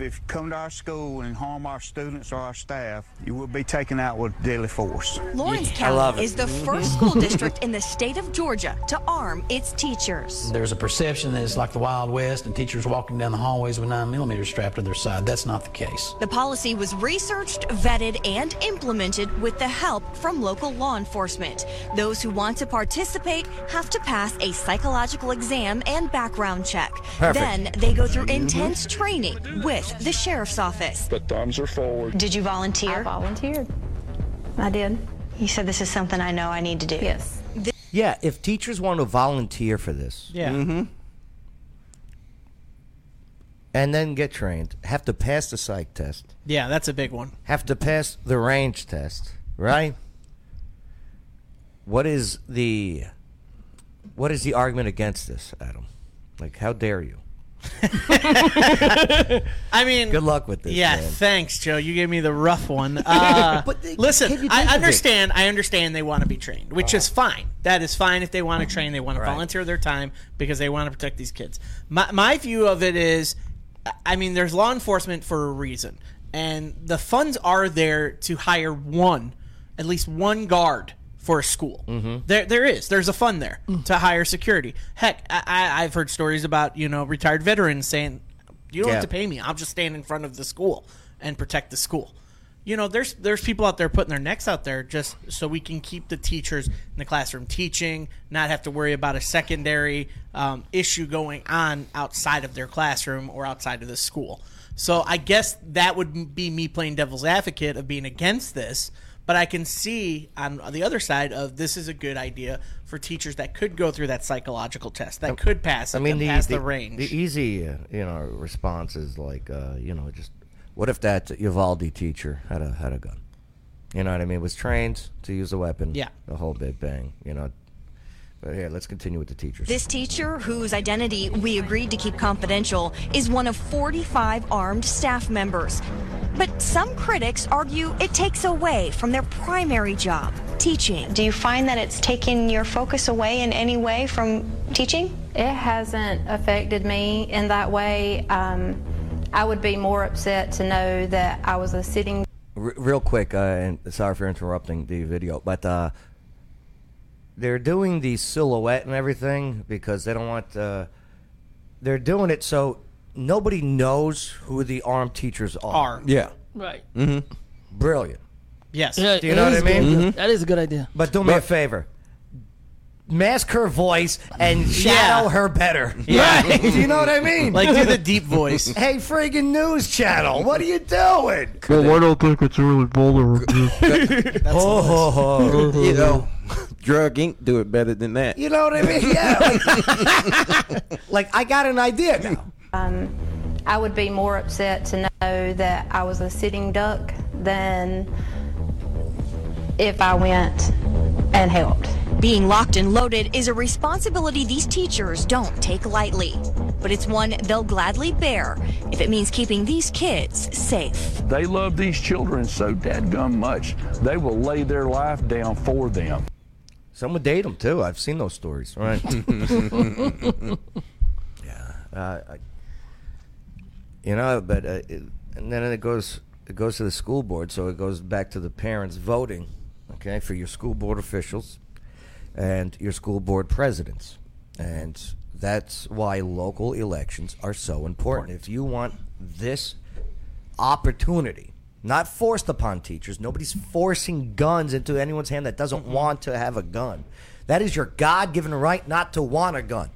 Speaker 10: if you come to our school and harm our students or our staff, you will be taken out with deadly force.
Speaker 11: Lawrence County is the first school district in the state of Georgia to arm its teachers.
Speaker 12: There's a perception that it's like the Wild West and teachers walking down the hallways with 9 millimeters strapped to their side. That's not the case.
Speaker 11: The policy was researched, vetted, and implemented with the help from local law enforcement. Those who want to participate have to pass a psychological exam and background check.
Speaker 13: Perfect.
Speaker 11: Then they go through intense training with the sheriff's office.
Speaker 13: The thumbs are forward.
Speaker 11: Did you volunteer? I volunteered. I did. You said this is something I know I need to do. Yes.
Speaker 1: Yeah, if teachers want to volunteer for this,
Speaker 4: Yeah.
Speaker 3: Mm-hmm.
Speaker 1: and then get trained, have to pass the psych test,
Speaker 4: Yeah, that's a big one.
Speaker 1: have to pass the range test, right? What is the what is the argument against this, Adam? Like, how dare you?
Speaker 4: I mean,
Speaker 1: Good luck with this.
Speaker 4: Yeah,
Speaker 1: man.
Speaker 4: thanks, Joe. You gave me the rough one. Uh, listen,
Speaker 1: think of
Speaker 4: I
Speaker 1: it?
Speaker 4: understand. I understand they want to be trained, which
Speaker 1: Uh-huh. Mm-hmm.
Speaker 4: is fine. That is fine if they want to train. They want to
Speaker 14: Right.
Speaker 4: volunteer their time because they want to protect these kids. My my view of it is, I- I mean, there's law enforcement for a reason, and the funds are there to hire one, at least one guard for a school. Mm-hmm. There, there is. There's a fund there to hire security. Heck, I, I, I've heard stories about you know retired veterans saying, "You don't
Speaker 14: Yeah.
Speaker 4: have to pay me. I'll just stand in front of the school and protect the school." You know, there's there's people out there putting their necks out there just so we can keep the teachers in the classroom teaching, not have to worry about a secondary um, issue going on outside of their classroom or outside of the school. So I guess that would m- be me playing devil's advocate of being against this, but I can see on the other side of this is a good idea for teachers that could go through that psychological test that could pass. I mean, pass the, range.
Speaker 1: The easy, uh, you know, response is like, uh, you know, just what if that Uvalde teacher had a had a gun? You know what I mean? Was trained to use a weapon.
Speaker 11: Yeah.
Speaker 1: The whole big bang. You know. But here, let's continue with the teachers.
Speaker 11: This teacher, whose identity we agreed to keep confidential, is one of 45 armed staff members. But some critics argue it takes away from their primary job, teaching.
Speaker 9: Do you find that it's taken your focus away in any way from teaching? It hasn't affected me in that way. Um, I would be more upset to know that I was a sitting.
Speaker 1: R- real quick, uh, and sorry for interrupting the video, but uh, they're doing the silhouette and everything because they don't want. Uh, they're doing it so nobody knows who the armed teachers are.
Speaker 4: Are.
Speaker 5: Yeah.
Speaker 3: Right.
Speaker 1: Mm-hmm. Brilliant.
Speaker 4: Yes.
Speaker 3: Yeah,
Speaker 1: Do you know what I
Speaker 3: it is
Speaker 1: mean?
Speaker 3: good. Mm-hmm. That is a good idea.
Speaker 1: But do me a favor. Mask her voice and shadow her better.
Speaker 4: Yeah.
Speaker 1: Right? do you know what I mean?
Speaker 4: Like, do the deep voice.
Speaker 1: Hey, friggin' news channel, what are you doing?
Speaker 15: Well, I don't think it's really vulnerable.
Speaker 1: oh,
Speaker 5: you know, Drug Inc. do it better than that.
Speaker 1: You know what I mean? Yeah. Like, like, I got an idea now.
Speaker 9: Um, I would be more upset to know that I was a sitting duck than if I went and helped.
Speaker 11: Being locked and loaded is a responsibility these teachers don't take lightly, but it's one they'll gladly bear if it means keeping these kids safe.
Speaker 16: They love these children so dadgum much, they will lay their life down for them.
Speaker 1: Some would date them too. I've seen those stories. Right. yeah. Uh, I, you know, but uh, it, and then it goes it goes to the school board, so it goes back to the parents voting, okay, for your school board officials and your school board presidents, and that's why local elections are so important. If you want this opportunity. Not forced upon teachers. Nobody's forcing guns into anyone's hand that doesn't want to have a gun. That is your God given right not to want a gun.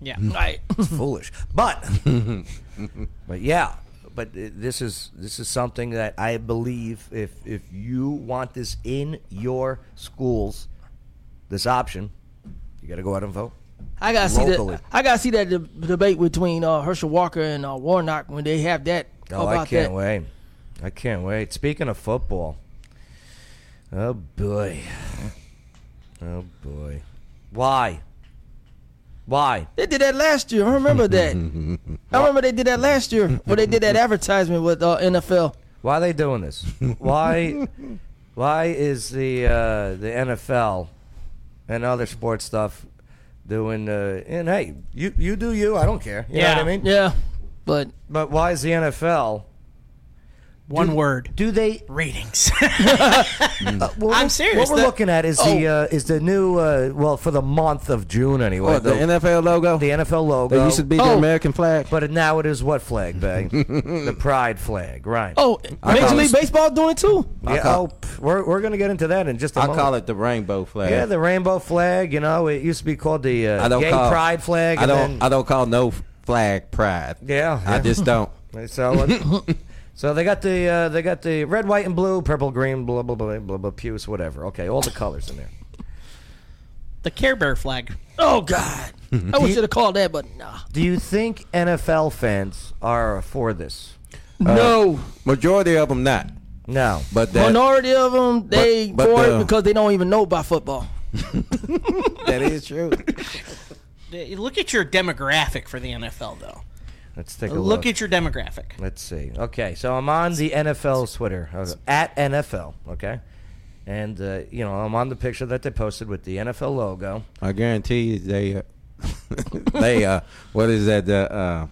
Speaker 4: Yeah.
Speaker 1: Right. It's foolish. But but yeah, but uh, this is this is something that I believe if if you want this in your schools, this option, you got to go out and vote.
Speaker 3: I gotta see
Speaker 1: Locally.
Speaker 3: that. I gotta see that deb- debate between uh, Herschel Walker and uh, Warnock when they have that
Speaker 1: Oh,
Speaker 3: about
Speaker 1: I can't
Speaker 3: that.
Speaker 1: wait. I can't wait. Speaking of football, oh boy, oh boy, why, why?
Speaker 3: They did that last year. I remember that. I remember they did that last year when they did that advertisement with uh, NFL.
Speaker 1: Why are they doing this? Why? why is the uh, the NFL and other sports stuff doing? Uh, and hey, you you do you. I don't care. You know what I mean?
Speaker 3: Yeah. But
Speaker 1: but why is the NFL
Speaker 4: One
Speaker 1: Do-
Speaker 4: word.
Speaker 1: Do they
Speaker 4: ratings? I'm serious.
Speaker 1: Uh, What we're
Speaker 4: The- Oh,
Speaker 1: looking at is the uh, is the new uh, well for the month of June anyway.
Speaker 5: Oh. What, the
Speaker 1: NFL logo. The NFL logo.
Speaker 5: That used to be the Oh. American flag,
Speaker 1: but it- now it is what flag, Bang? the pride flag, right?
Speaker 3: Oh, Major League Baseball doing it too.
Speaker 1: Yeah, oh, pff, we're we're gonna get into that in just a
Speaker 5: I
Speaker 1: moment.
Speaker 5: call it the rainbow flag.
Speaker 1: Yeah, the rainbow flag. You know, it used to be called the uh,
Speaker 5: I don't
Speaker 1: gay
Speaker 5: call
Speaker 1: pride flag.
Speaker 5: I
Speaker 1: and
Speaker 5: don't.
Speaker 1: then-
Speaker 5: I don't call no f- flag pride.
Speaker 1: Yeah,
Speaker 5: I
Speaker 1: yeah.
Speaker 5: just don't.
Speaker 1: So, uh, so they got the uh, they got the red, white, and blue, purple, green, blah blah blah blah blah, puce, whatever. Okay, all the colors in there.
Speaker 4: The Care Bear flag.
Speaker 3: Oh God, I wish you'd have called that, but nah.
Speaker 1: Do you think NFL fans are for this? Uh,
Speaker 5: no. Majority of them not.
Speaker 1: No.
Speaker 5: But that,
Speaker 3: Minority of them they
Speaker 5: but
Speaker 3: for
Speaker 5: the-
Speaker 3: it because they don't even know about football.
Speaker 5: that is true.
Speaker 4: Th- Look at your demographic for the NFL, though.
Speaker 1: Let's take a
Speaker 4: look,
Speaker 1: look.
Speaker 4: at your demographic.
Speaker 1: Let's see. Okay, so I'm on the NFL Twitter uh, at NFL. Okay, and uh, you know I'm on the picture that they posted with the NFL logo.
Speaker 5: I guarantee you they uh, they uh what is that uh,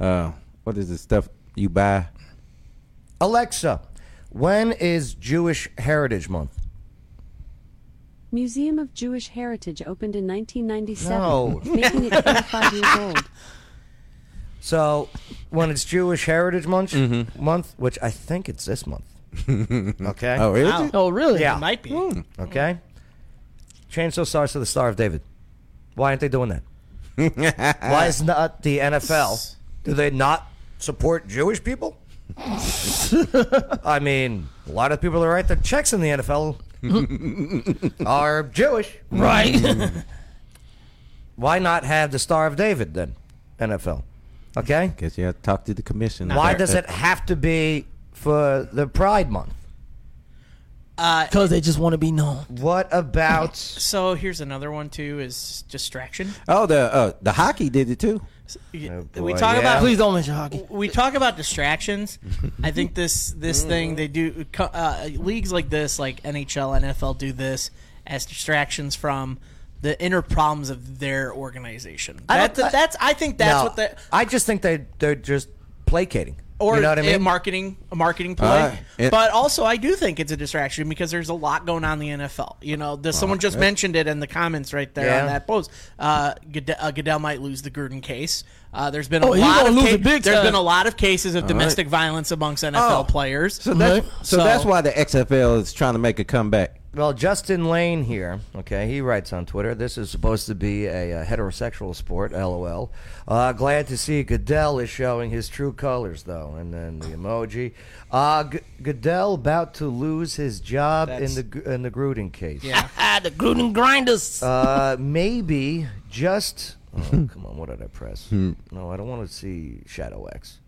Speaker 5: uh uh what is the stuff you buy?
Speaker 1: Alexa, when is Jewish Heritage Month?
Speaker 13: Museum of Jewish Heritage opened in 1997,
Speaker 1: No.
Speaker 13: making it 25 years old.
Speaker 1: So when it's Jewish Heritage Month,
Speaker 5: Mm-hmm.
Speaker 1: month, which I think it's this month. okay.
Speaker 5: Oh, Hmm. is it?
Speaker 3: Oh, really?
Speaker 1: Yeah.
Speaker 4: It might be.
Speaker 1: Okay. Change those stars to the Star of David. Why aren't they doing that? Why is not the NFL? Do they not support Jewish people? I mean, a lot of people that write their checks in the NFL are Jewish, right? Why not have the Star of David then, NFL? Okay.
Speaker 5: Guess you have to talk to the commission.
Speaker 1: Why
Speaker 5: about
Speaker 1: does
Speaker 5: that.
Speaker 1: it have to be for the Pride Month?
Speaker 3: Because they just want to be known.
Speaker 1: What about?
Speaker 4: Uh, So here's another one too: is distraction.
Speaker 5: Oh, the uh, the hockey did it too.
Speaker 1: Oh,
Speaker 4: we talk
Speaker 5: yeah.
Speaker 4: about
Speaker 5: Please
Speaker 3: don't mention hockey.
Speaker 4: We talk about distractions. I think this this thing they do co- uh, leagues like this, like NHL, NFL, do this as distractions from the inner problems of their organization.
Speaker 1: I
Speaker 4: That,
Speaker 1: don't- I-
Speaker 4: that's I think that's
Speaker 1: No,
Speaker 4: what the
Speaker 1: I just think they they're just placating.
Speaker 4: or
Speaker 1: you know what I
Speaker 4: a
Speaker 1: mean?
Speaker 4: marketing a marketing play.
Speaker 1: Uh, it-
Speaker 4: but also, I do think it's a distraction because there's a lot going on in the NFL. You know, the, someone just
Speaker 1: it-
Speaker 4: mentioned it in the comments right there
Speaker 1: Yeah.
Speaker 4: on that post. Uh, Goodell, uh, Goodell might lose the Gruden case. Uh, there's been a
Speaker 3: Oh, he
Speaker 4: lot
Speaker 3: gonna
Speaker 4: of
Speaker 3: lose
Speaker 4: ca-
Speaker 3: it big
Speaker 4: there's
Speaker 3: time.
Speaker 4: been a lot of cases of
Speaker 5: All right.
Speaker 4: domestic violence amongst NFL
Speaker 5: Oh,
Speaker 4: players.
Speaker 5: So that's
Speaker 3: Mm-hmm.
Speaker 5: so, that's why the XFL is trying to make a comeback.
Speaker 1: Well, Justin Lane here, okay, he writes on Twitter, this is supposed to be a, uh heterosexual sport, lol. Uh, glad to see Goodell is showing his true colors, though. And then the emoji. Uh, G- Goodell about to lose his job in
Speaker 3: That's-
Speaker 1: the, Gr- in the Gruden case.
Speaker 3: the Gruden grinders.
Speaker 1: Uh, maybe just. Oh, come on, what did I press?
Speaker 2: Hmm.
Speaker 1: no, I don't want to see Shadow X.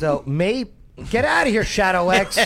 Speaker 1: So may get out of here, Shadow X.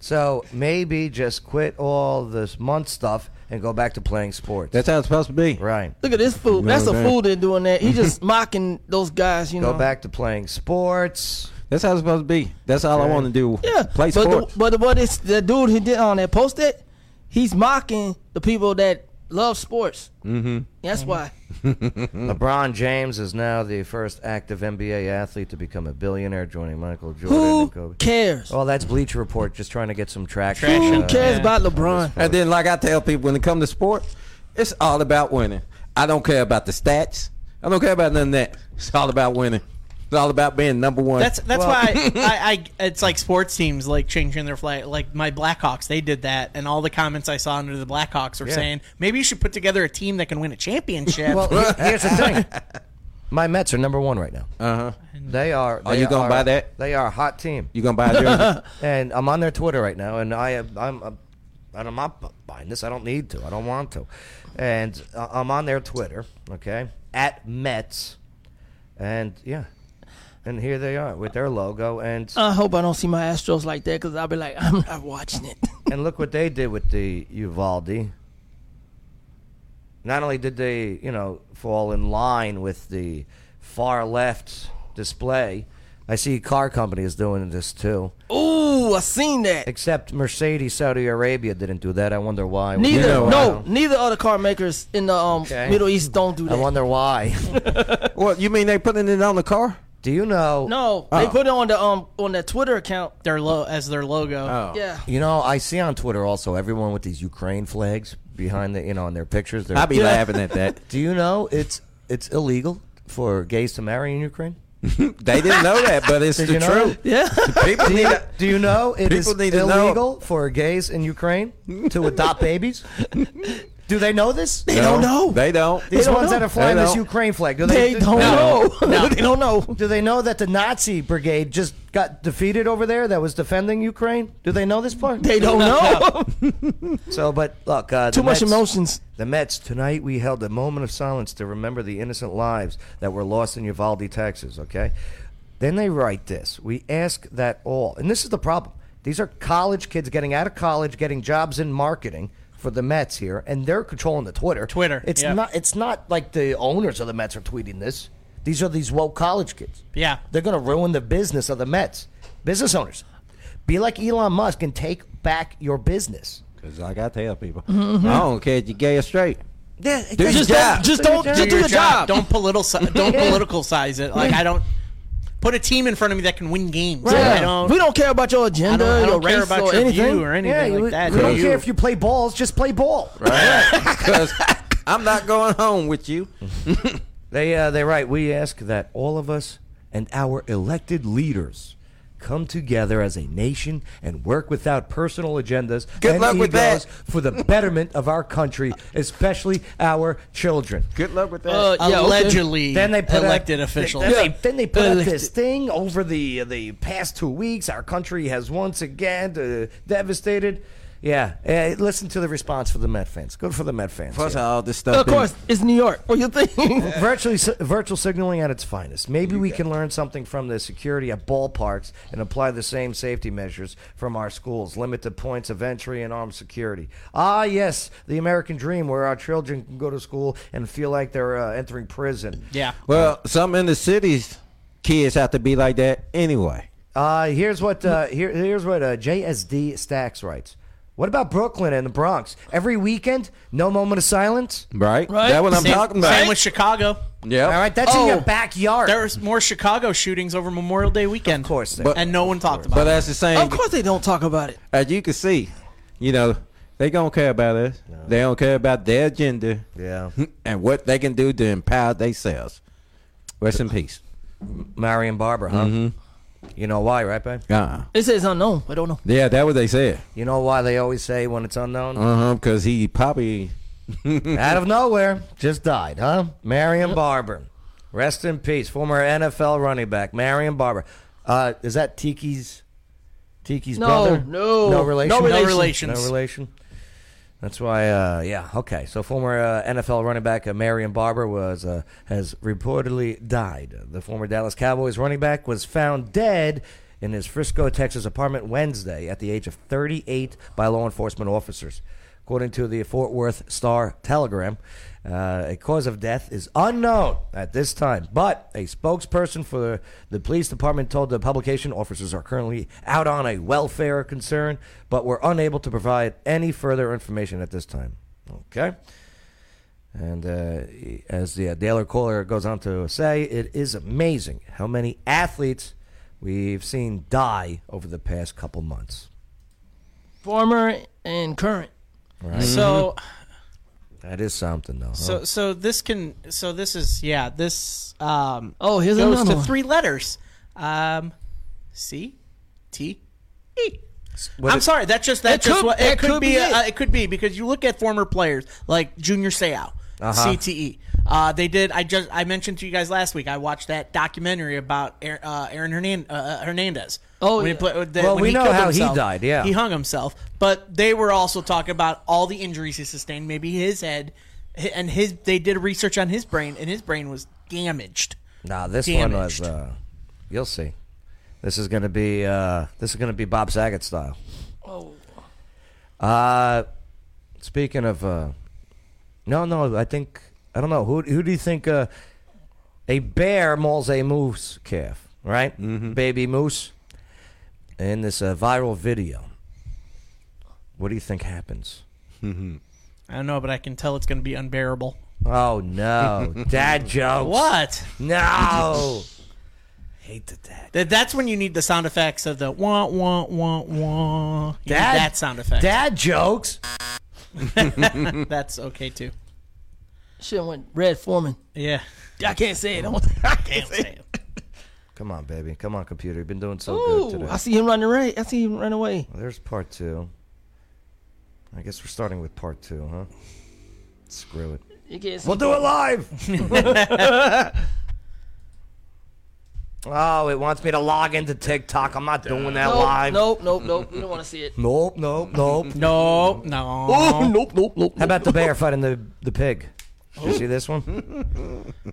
Speaker 1: so maybe just quit all this month stuff and go back to playing sports.
Speaker 5: That's how it's supposed to be.
Speaker 1: Right.
Speaker 3: Look at this fool.
Speaker 1: You know
Speaker 3: That's a
Speaker 1: what I'm
Speaker 3: fool that doing that.
Speaker 5: Mm-hmm.
Speaker 3: He just mocking those guys. You
Speaker 1: Go
Speaker 3: know.
Speaker 1: back to playing sports.
Speaker 5: That's how it's supposed to be. That's all I
Speaker 1: Okay.
Speaker 5: want to do.
Speaker 3: Yeah,
Speaker 5: play
Speaker 3: but
Speaker 5: sports.
Speaker 3: The, but what is the dude who did on that post it? He's mocking the people that love sports.
Speaker 1: Mm-hmm.
Speaker 3: That's why.
Speaker 1: LeBron James is now the first active NBA athlete to become a billionaire, joining Michael Jordan
Speaker 3: Who
Speaker 1: and Kobe.
Speaker 3: cares?
Speaker 1: Well, that's Bleacher Report, just trying to get some traction.
Speaker 5: Who
Speaker 1: uh,
Speaker 5: cares
Speaker 3: about LeBron?
Speaker 5: And then, like I tell people, when it comes to sport, it's all about winning. I don't care about the stats. I don't care about none of that. It's all about winning. It's all about being number one.
Speaker 4: That's that's why I, I, I it's like sports teams like changing their flag. Like my Blackhawks, they did that, and all the comments I saw under the Blackhawks were
Speaker 1: Yeah.
Speaker 4: saying maybe you should put together a team that can win a championship.
Speaker 1: Well, here- here's the thing. My Mets are number one right now. Uh huh. They are.
Speaker 5: Are Uh-huh.
Speaker 1: they
Speaker 5: Oh, you gonna buy that?
Speaker 1: They are a hot team.
Speaker 5: You gonna buy a jersey?
Speaker 1: and I'm on their Twitter right now, and I am. I'm. I'm and I'm not bu- buying this. I don't need to. I don't want to. And uh, I'm on their Twitter, okay, at Mets, and yeah, and here they are with their logo, and
Speaker 3: I hope I don't see my Astros like that because I'll be like, I'm not watching it.
Speaker 1: and look what they did with the Uvalde. Not only did they, you know, fall in line with the far left display I see car companies doing this too.
Speaker 3: Ooh, I seen that.
Speaker 1: Except Mercedes Saudi Arabia didn't do that. I wonder why.
Speaker 3: Neither,
Speaker 1: You know, uh,
Speaker 3: no, neither of the car makers in the um, Middle East don't do
Speaker 1: I
Speaker 3: that.
Speaker 1: wonder why.
Speaker 5: what you mean they putting it on the car?
Speaker 1: Do you know?
Speaker 3: no,
Speaker 1: Oh.
Speaker 3: they put it on the um on their Twitter account.
Speaker 4: Their lo- as their logo.
Speaker 1: Oh.
Speaker 3: Yeah.
Speaker 1: You know, I see on Twitter also everyone with these Ukraine flags behind the you know on their pictures. They're,
Speaker 5: I be Yeah. laughing at that.
Speaker 1: Do you know it's it's illegal for gays to marry in Ukraine?
Speaker 5: They didn't know that, but it's
Speaker 1: Did
Speaker 5: the
Speaker 1: you know?
Speaker 5: truth. People
Speaker 1: do,
Speaker 5: need
Speaker 1: you,
Speaker 5: to-
Speaker 1: do you know it is
Speaker 5: people need to know.
Speaker 1: illegal for gays in Ukraine to adopt babies? Do they know this?
Speaker 5: They don't No, know. they don't. They
Speaker 1: These
Speaker 5: don't
Speaker 1: ones that
Speaker 5: know.
Speaker 1: are flying
Speaker 5: They
Speaker 1: this
Speaker 5: don't.
Speaker 1: Ukraine flag. Do
Speaker 5: They don't
Speaker 1: know. they don't know. Do they know that the Nazi brigade just got defeated over there? That was defending Ukraine. Do they know this part?
Speaker 3: They don't know.
Speaker 1: so, but look, uh, the
Speaker 3: Too much
Speaker 1: Mets-
Speaker 3: emotions.
Speaker 1: The Mets tonight we held a moment of silence to remember the innocent lives that were lost in Uvalde, Texas. Okay, then they write this: We ask that all, and this is the problem. These are college kids getting out of college, getting jobs in marketing for the Mets here, and they're controlling the Twitter. Twitter. It's
Speaker 4: yeah.
Speaker 1: not. It's not like the owners of the Mets are tweeting this. These are these woke college kids.
Speaker 4: Yeah.
Speaker 1: They're going to ruin the business of the Mets. Business owners, be like Elon Musk and take back your business.
Speaker 5: Cause I got to tell people,
Speaker 1: Mhm.
Speaker 5: I don't care if you gay or straight.
Speaker 1: Yeah,
Speaker 5: Do your job.
Speaker 4: your Don't political don't political size it. Like I don't put a team in front of me that can win games.
Speaker 3: Right.
Speaker 4: I don't.
Speaker 3: we don't care about your agenda,
Speaker 4: I don't
Speaker 3: your
Speaker 4: care
Speaker 3: race,
Speaker 4: about
Speaker 3: or
Speaker 4: your
Speaker 3: anything.
Speaker 4: view or anything like
Speaker 1: we,
Speaker 4: that.
Speaker 1: we don't
Speaker 4: You-
Speaker 1: care if you play balls, just play ball.
Speaker 5: Because I'm not going home with you.
Speaker 1: They uh, they write. We ask that all of us and our elected leaders come together as a nation and work without personal agendas
Speaker 5: Good
Speaker 1: and
Speaker 5: luck
Speaker 1: egos
Speaker 5: with that.
Speaker 1: for the betterment of our country, especially our children.
Speaker 5: Good luck with that.
Speaker 4: Uh, yeah, okay. Allegedly
Speaker 1: Then they put
Speaker 4: elected
Speaker 1: up,
Speaker 4: officials.
Speaker 1: Then,
Speaker 4: Yeah.
Speaker 1: they, then they put up
Speaker 4: Elected.
Speaker 1: this thing over the the past two weeks. Our country has once again uh, devastated. Yeah, eh, listen to the response for the Met fans. Good for the Met fans.
Speaker 5: Plus
Speaker 1: yeah.
Speaker 5: all this stuff.
Speaker 3: Of course, it's New York. What you think?
Speaker 1: Virtually, virtual signaling at its finest. Maybe we can learn something from the security at ballparks and apply the same safety measures from our schools. Limit the points of entry and armed security. Ah, yes, the American dream, where our children can go to school and feel like they're uh, entering prison.
Speaker 4: Yeah.
Speaker 5: Well, some in the cities, kids have to be like that anyway.
Speaker 1: Uh, here's what uh, here, here's what uh, JSD Stacks writes. What about Brooklyn and the Bronx? Every weekend, no moment of silence.
Speaker 5: Right? That's what I'm
Speaker 4: Same-
Speaker 5: talking about.
Speaker 4: Same with Chicago.
Speaker 5: Yeah.
Speaker 1: All right, that's in your
Speaker 4: Oh.
Speaker 1: backyard.
Speaker 4: There's more Chicago shootings over Memorial Day weekend. Of
Speaker 1: course,
Speaker 5: But-
Speaker 4: and no one talked about.
Speaker 5: But
Speaker 4: it.
Speaker 5: that's the same.
Speaker 3: Of course, they don't talk about it.
Speaker 5: As you can see, you know, they don't care about us. They don't care about their gender.
Speaker 1: Yeah.
Speaker 5: And what they can do to empower themselves. Rest in peace. Mm-hmm.
Speaker 1: Marion Barber, huh? You know why, right, babe?
Speaker 5: Uh-uh.
Speaker 3: It says unknown. I don't know.
Speaker 5: Yeah, that what they said.
Speaker 1: You know why they always say when it's unknown?
Speaker 5: Uh huh. Because he probably.
Speaker 1: Out of nowhere, just died, huh? Marion Barber. Rest in peace. Former NFL running back, Marion Barber. Uh, is that Tiki's Tiki's
Speaker 3: No,
Speaker 1: brother?
Speaker 3: no.
Speaker 1: No relation.
Speaker 3: No relation.
Speaker 1: No relation. That's why, uh, yeah, okay. So former uh, NFL running back uh, Marion Barber was uh, has reportedly died. The former Dallas Cowboys running back was found dead in his Frisco, Texas apartment Wednesday at the age of 38 by law enforcement officers. According to the Fort Worth Star Telegram, uh, a cause of death is unknown at this time, but a spokesperson for the police department told the publication officers are currently out on a welfare concern, but were unable to provide any further information at this time. Okay. And uh, as the uh, Daily Caller goes on to say, it is amazing how many athletes we've seen die over the past couple months.
Speaker 3: Former and current.
Speaker 1: Right?
Speaker 4: So
Speaker 1: that is something, though. huh?
Speaker 4: so so this can so this is yeah this um
Speaker 3: oh here's
Speaker 4: goes
Speaker 3: another
Speaker 4: to
Speaker 3: one.
Speaker 4: three letters um C T E.
Speaker 1: What
Speaker 4: I'm
Speaker 1: it-
Speaker 4: sorry. That's just that
Speaker 3: It
Speaker 4: just
Speaker 3: could-
Speaker 4: what it,
Speaker 3: that
Speaker 4: could,
Speaker 3: could
Speaker 4: be.
Speaker 3: be
Speaker 4: uh,
Speaker 3: it.
Speaker 4: it could be because you look at former players like Junior Seau,
Speaker 1: Uh-huh.
Speaker 4: CTE. Uh, they did. I just I mentioned to you guys last week. I watched that documentary about Aaron, uh, Aaron Hernan, uh, uh, Hernandez.
Speaker 3: Oh,
Speaker 4: When he
Speaker 3: yeah.
Speaker 4: play- that-
Speaker 1: Well,
Speaker 4: when
Speaker 1: we
Speaker 4: he
Speaker 1: know
Speaker 4: killed
Speaker 1: how he
Speaker 4: himself,
Speaker 1: died, yeah.
Speaker 4: he hung himself. But they were also talking about all the injuries he sustained. Maybe his head hi- and his. They did research on his brain, and his brain was damaged.
Speaker 1: Nah, this one was.
Speaker 4: Damaged.
Speaker 1: Uh, you'll see. This is gonna be. Uh, this is gonna be Bob Saget style. Oh. Uh, speaking of. Uh, no, no. I think I don't know who. Who do you think? Uh, a bear mauls a moose calf. right? Baby Moose in this uh, viral video. What do you think happens?
Speaker 4: I don't know, but I can tell it's going to be unbearable.
Speaker 1: Oh no, dad jokes.
Speaker 4: What?
Speaker 1: No. Hate the dad.
Speaker 4: That, that's when you need the sound effects of the wah wah wah wah. You need
Speaker 1: Dad-
Speaker 4: that sound effect.
Speaker 1: dad jokes?
Speaker 4: that's okay too.
Speaker 3: Shit went Red Foreman.
Speaker 4: Yeah.
Speaker 3: I can't say it. I don't- I can't say it.
Speaker 1: Come on, baby. Come on, computer. You've been doing so good
Speaker 3: Ooh,
Speaker 1: today.
Speaker 3: I see him running away. I see him run away.
Speaker 1: Well, there's part two. I guess we're starting with part two, huh? Screw
Speaker 3: You
Speaker 1: it.
Speaker 3: can't
Speaker 1: We'll
Speaker 3: see
Speaker 1: do it
Speaker 3: part-
Speaker 1: live. oh, it wants me to log into TikTok. I'm not doing that
Speaker 3: nope,
Speaker 1: live.
Speaker 3: Nope, nope, nope. We don't want to see it.
Speaker 1: Nope, nope, nope.
Speaker 4: nope, no.
Speaker 1: Oh, nope, nope, nope. How about the bear fighting the, the pig? Did you see this one?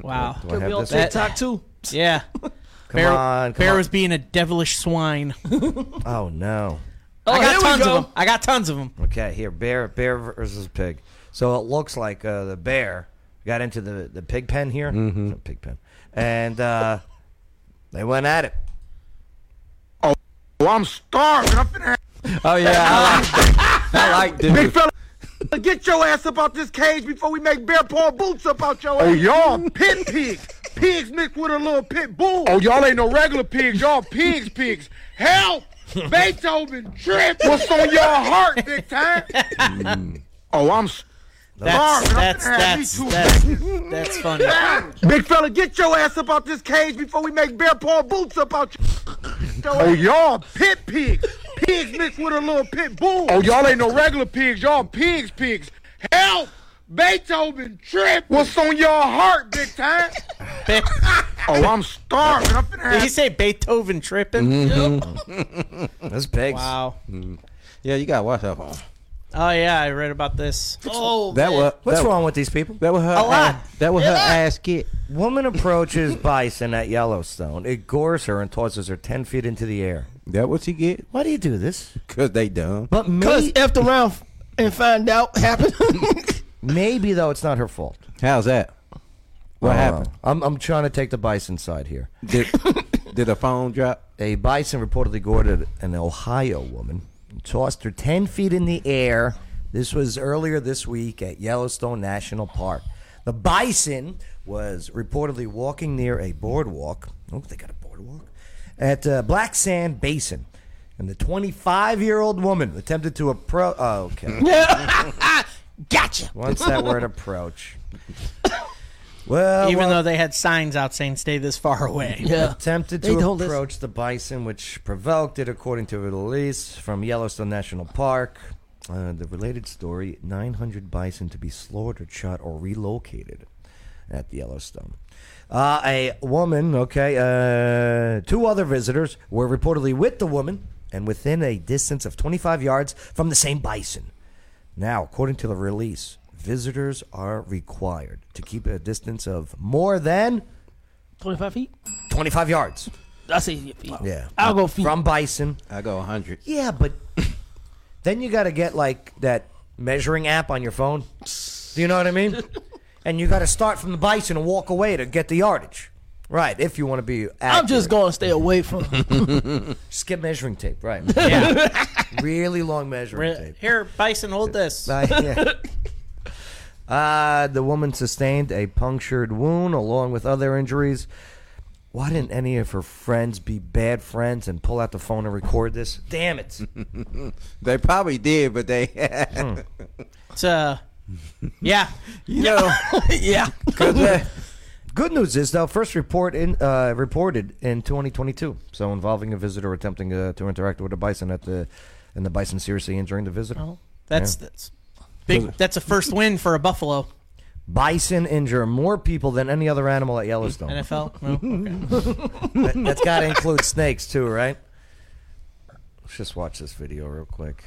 Speaker 4: Wow.
Speaker 1: Do I Could have be on this one? TikTok,
Speaker 3: too.
Speaker 4: Yeah.
Speaker 1: Come
Speaker 4: Bear,
Speaker 1: on, come
Speaker 4: Bear
Speaker 1: on.
Speaker 4: was being a devilish swine.
Speaker 1: Oh, no.
Speaker 4: I
Speaker 3: here
Speaker 4: got
Speaker 3: we
Speaker 4: tons
Speaker 3: go.
Speaker 4: of them. I got tons of them.
Speaker 1: Okay, here bear bear versus pig. So it looks like uh, the bear got into the the pig pen here,
Speaker 5: Mm-hmm.
Speaker 1: No, pig pen, and uh, they went at it. Oh, I'm starving.
Speaker 5: Oh yeah, I like, I like dude.
Speaker 14: Big fella, get your ass up out this cage before we make bear paw boots up out your ass.
Speaker 16: Oh, y'all
Speaker 14: pit pigs. Pigs mixed with a little pit bull.
Speaker 16: Oh, y'all ain't no
Speaker 14: regular pigs. Y'all pigs, pigs. Help! Beethoven, trip.
Speaker 16: What's on your heart,
Speaker 14: big time?
Speaker 16: Oh, I'm.
Speaker 14: Marvin, I'm gonna have me two bitches.
Speaker 4: that's funny.
Speaker 14: Big fella, get your ass up out this cage before we make bear paw boots up out your
Speaker 16: Oh, y'all
Speaker 14: pit pigs. Pigs mixed with a little pit bull.
Speaker 16: Oh, y'all ain't no
Speaker 14: regular pigs. Y'all pigs, pigs. Help! Beethoven, trip. What's on your heart, big time?
Speaker 4: Oh,
Speaker 14: I'm starving. I'm finna
Speaker 4: Did
Speaker 14: have-
Speaker 4: he say Beethoven tripping?
Speaker 1: Mm-hmm.
Speaker 5: Mhm.
Speaker 1: Those pigs.
Speaker 4: Wow.
Speaker 5: Mm-hmm. Yeah, you gotta watch that one.
Speaker 4: Oh yeah, I read about this. Oh,
Speaker 5: That was
Speaker 1: What's wrong with these people?
Speaker 5: That was her.
Speaker 4: A lot.
Speaker 5: That was her ass get.
Speaker 1: Woman approaches bison at Yellowstone. It gores her and tosses her ten feet into the air.
Speaker 5: That what she get?
Speaker 1: Why do you do this?
Speaker 5: Cause they dumb.
Speaker 1: But
Speaker 3: Cause
Speaker 1: maybe,
Speaker 3: after round f- and find out happened.
Speaker 1: maybe though it's not her fault.
Speaker 5: How's that? What
Speaker 1: I don't
Speaker 5: happened?
Speaker 1: know. I'm I'm trying to take the bison side here.
Speaker 5: Did, did a phone drop?
Speaker 1: A bison reportedly gored an Ohio woman and tossed her 10 feet in the air. This was earlier this week at Yellowstone National Park. The bison was reportedly walking near a boardwalk. Oh, they got a boardwalk. At uh, Black Sand Basin. And the 25 year old woman attempted to approach. Oh, okay.
Speaker 3: gotcha.
Speaker 1: Once that word approach. Well,
Speaker 4: even though they had signs out saying "Stay this far away."
Speaker 1: Attempted to approach the bison, which provoked it, according to a release from Yellowstone National Park. Uh, the related story 900 bison to be slaughtered, shot, or relocated at Yellowstone. Uh, a woman, okay, uh, two other visitors were reportedly with the woman and within a distance of 25 yards from the same bison. Now, according to the release, visitors are required to keep a distance of more than
Speaker 3: 25 feet?
Speaker 1: 25 yards.
Speaker 3: I see your feet.
Speaker 1: Yeah.
Speaker 3: I'll go feet.
Speaker 1: From bison.
Speaker 5: I go 100.
Speaker 1: Yeah, but then you got to get like that measuring app on your phone. Do you know what I mean? and you got to start from the bison and walk away to get the yardage. Right, if you want to be accurate.
Speaker 3: I'm just going to stay away from
Speaker 1: Just get measuring tape, right?
Speaker 4: Yeah.
Speaker 1: really long measuring
Speaker 4: Re-
Speaker 1: tape.
Speaker 4: Here, Bison, hold this.
Speaker 1: Uh, yeah. Uh, the woman sustained a punctured wound along with other injuries. Why didn't any of her friends be bad friends and pull out the phone and record this? Damn it. Hmm.
Speaker 5: they probably did, but they.
Speaker 4: It's, uh, yeah.
Speaker 5: You know.
Speaker 3: yeah.
Speaker 1: Good news is though, first report in uh, reported in 2022, so involving a visitor attempting uh, to interact with a bison at the and the bison seriously injuring the visitor.
Speaker 4: That's
Speaker 1: Yeah.
Speaker 4: that's big. That's a first win for a Buffalo
Speaker 1: Bison injure more people than any other animal at Yellowstone.
Speaker 4: NFL. No? Okay.
Speaker 1: that, has got to include snakes too, right? Let's just watch this video real quick.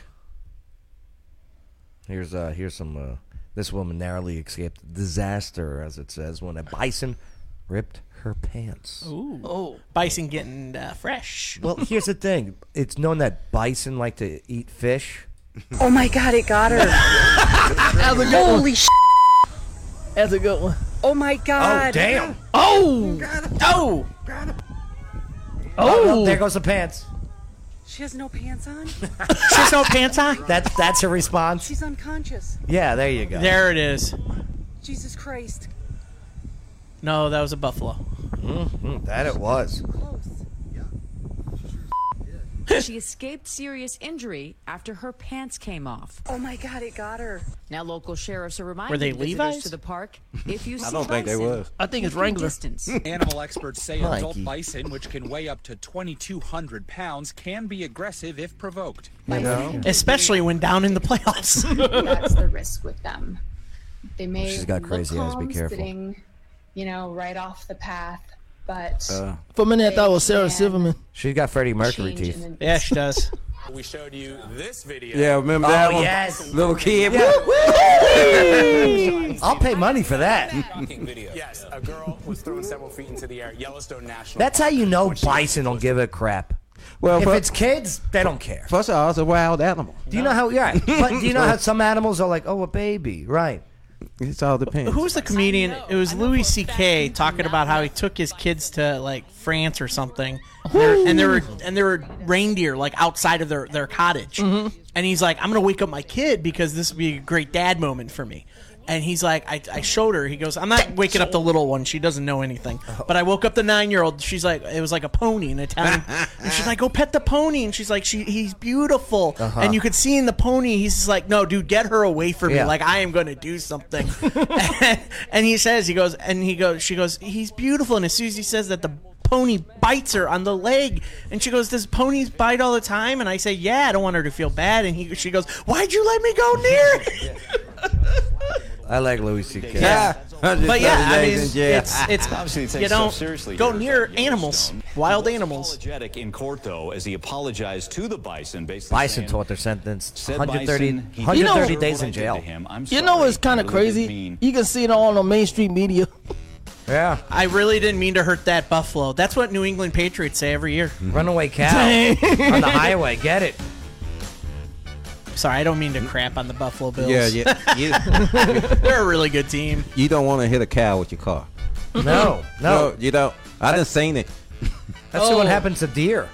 Speaker 1: Here's uh here's some uh this woman narrowly escaped disaster as it says when a bison ripped her pants.
Speaker 4: Ooh. Oh, Bison getting uh, fresh.
Speaker 1: Well, here's the thing. It's known that bison like to eat fish.
Speaker 17: Oh my god, it got her.
Speaker 3: That's a good one.
Speaker 17: Holy sh!
Speaker 1: Oh,
Speaker 3: That's a good one.
Speaker 17: Oh my god.
Speaker 1: damn.
Speaker 3: Oh! Oh!
Speaker 1: Oh, there goes the pants.
Speaker 17: She has no pants on.
Speaker 1: She's no pants on. That's that's her response.
Speaker 17: She's unconscious.
Speaker 1: Yeah, there you go.
Speaker 4: There it is.
Speaker 17: Jesus Christ.
Speaker 4: No, that was a buffalo.
Speaker 1: Mm-hmm, that it was.
Speaker 18: she escaped serious injury after her pants came off.
Speaker 17: Oh my God, it got her.
Speaker 18: Now local sheriffs are reminding
Speaker 4: Were they
Speaker 18: visitors
Speaker 4: Levi's?
Speaker 18: to the park if you see
Speaker 5: I don't think they
Speaker 18: bison,
Speaker 5: were.
Speaker 4: I think it's
Speaker 18: keep your
Speaker 4: Wrangler.
Speaker 18: distance.
Speaker 19: Animal experts say
Speaker 1: Mikey.
Speaker 19: adult bison, which can weigh up to 2,200 pounds, can be aggressive if provoked.
Speaker 4: You know? Especially when down in the playoffs.
Speaker 20: that's the risk with them. They may
Speaker 1: She's got
Speaker 20: look
Speaker 1: crazy eyes, be
Speaker 20: calm
Speaker 1: careful.
Speaker 20: Sitting, you know, right off the path, but
Speaker 1: Uh.
Speaker 3: For a minute, I thought it was Sarah Silverman.
Speaker 1: She's got Freddie Mercury teeth.
Speaker 4: Yeah, she does.
Speaker 19: We showed you this video.
Speaker 1: Yeah,
Speaker 5: remember that
Speaker 1: one?
Speaker 5: one?
Speaker 1: Oh, Yes.
Speaker 5: Little kid.
Speaker 1: I'll pay money for that.
Speaker 19: Shocking video. Yes, a girl was thrown several feet into the air. Yellowstone National.
Speaker 1: That's how you know bison don't give a crap. Well, if
Speaker 5: but-
Speaker 1: it's kids, they don't care.
Speaker 5: First of all, it's a wild animal.
Speaker 1: Do you know how? Yeah, but do you know how some animals are like, oh, a baby, right?
Speaker 5: It's all depends.
Speaker 4: Who's the comedian? It was Louis C.K. talking about how he took his kids to like France or something, and there, and there were and there were reindeer like outside of their their cottage, and he's like, "I'm gonna wake up my kid because this would be a great dad moment for me." And he's like, I, I showed her. He goes, I'm not waking up the little one. She doesn't know anything. But I woke up the nine year old. She's like, it was like a pony, an Italian. and she's like, go pet the pony. And she's like, she he's beautiful.
Speaker 1: Uh-huh.
Speaker 4: And you could see in the pony, he's just like, no, dude, get her away from
Speaker 1: Yeah.
Speaker 4: me. Like I am going to do something. and he says, he goes, and he goes, she goes, he's beautiful. And as soon as he says that, the pony bites her on the leg, and she goes, does ponies bite all the time? And I say, yeah, I don't want her to feel bad. And he, she goes, why'd you let me go near? it?"
Speaker 1: I like Louis C.K.
Speaker 4: Yeah. But yeah, I mean, it's, it's,
Speaker 21: Obviously,
Speaker 4: it's
Speaker 21: takes
Speaker 4: you don't
Speaker 21: stuff seriously
Speaker 4: go
Speaker 21: here
Speaker 4: near animals, wild animals.
Speaker 21: Apologetic in court, though, as he apologized to the bison. Basically
Speaker 1: Bison
Speaker 21: saying,
Speaker 1: taught their sentence.
Speaker 21: Said
Speaker 1: 130,
Speaker 21: Bison, he
Speaker 1: 130
Speaker 21: did
Speaker 1: days
Speaker 21: what I
Speaker 1: in
Speaker 21: did to
Speaker 1: jail.
Speaker 21: him. I'm
Speaker 3: You know what's kind of crazy? You can see it all on Main Street Media.
Speaker 1: Yeah.
Speaker 4: I really didn't mean to hurt that buffalo. That's what New England Patriots say every year.
Speaker 1: Runaway cow on the highway. Get it?
Speaker 4: Sorry, I don't mean to crap on the Buffalo Bills.
Speaker 5: Yeah, yeah.
Speaker 4: They're a really good team.
Speaker 5: You don't want to hit a cow with your car.
Speaker 1: No, no.
Speaker 5: you don't. I done seen it.
Speaker 1: That's
Speaker 4: Oh.
Speaker 1: what happens to deer.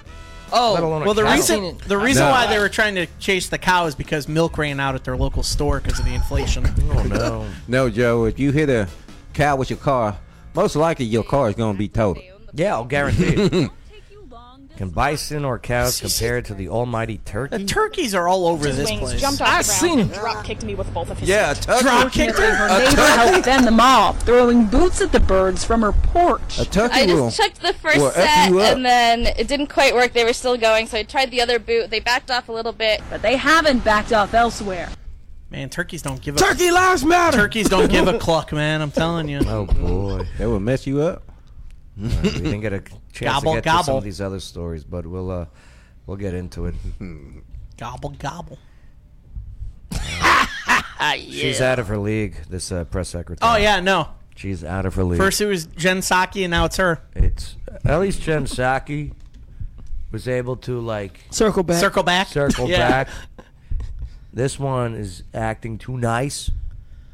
Speaker 4: Oh,
Speaker 1: let alone a
Speaker 4: well, the
Speaker 1: cow.
Speaker 4: reason the reason
Speaker 1: No.
Speaker 4: why they were trying to chase the cow is because milk ran out at their local store because of the inflation.
Speaker 1: Oh no.
Speaker 5: No, Joe. If you hit a cow with your car, most likely your car is gonna be totaled.
Speaker 1: Yeah, I'll guarantee it. Can bison or cows compare to the almighty
Speaker 4: The
Speaker 1: turkey?
Speaker 4: turkeys are all over
Speaker 22: his
Speaker 4: this
Speaker 22: wings,
Speaker 4: place.
Speaker 22: jumped off
Speaker 4: I
Speaker 22: the ground,
Speaker 4: seen
Speaker 22: and
Speaker 4: him.
Speaker 22: drop kicked me with both of his
Speaker 5: Yeah, a
Speaker 22: feet.
Speaker 5: turkey. Drop kicked
Speaker 22: Apparently
Speaker 5: her.
Speaker 22: Her
Speaker 5: A
Speaker 22: neighbor
Speaker 5: turkey.
Speaker 22: helped them them off, throwing boots at the birds from her porch.
Speaker 5: A turkey
Speaker 23: I
Speaker 5: will-
Speaker 23: just checked the first
Speaker 5: will F
Speaker 23: set,
Speaker 5: you up.
Speaker 23: and then it didn't quite work. They were still going, so I tried the other boot. They backed off a little bit, but
Speaker 17: They haven't backed off elsewhere.
Speaker 4: Man, turkeys don't give a
Speaker 3: Turkey lives matter.
Speaker 4: Turkeys don't give a cluck, man. I'm telling you.
Speaker 1: Oh boy.
Speaker 5: They will mess you up.
Speaker 1: All right, we didn't get a chance
Speaker 4: Gobble,
Speaker 1: to get to some
Speaker 4: gobble.
Speaker 1: of these other stories, but we'll uh, we'll get into it.
Speaker 4: Gobble gobble.
Speaker 1: She's out of her league. This uh, press secretary.
Speaker 4: Oh yeah, no.
Speaker 1: She's out of her league.
Speaker 4: First it was Jen Psaki, and now it's her.
Speaker 1: It's at least Jen Psaki was able to like
Speaker 3: Circle back.
Speaker 4: Circle back.
Speaker 1: circle
Speaker 4: Yeah.
Speaker 1: back. This one is acting too nice,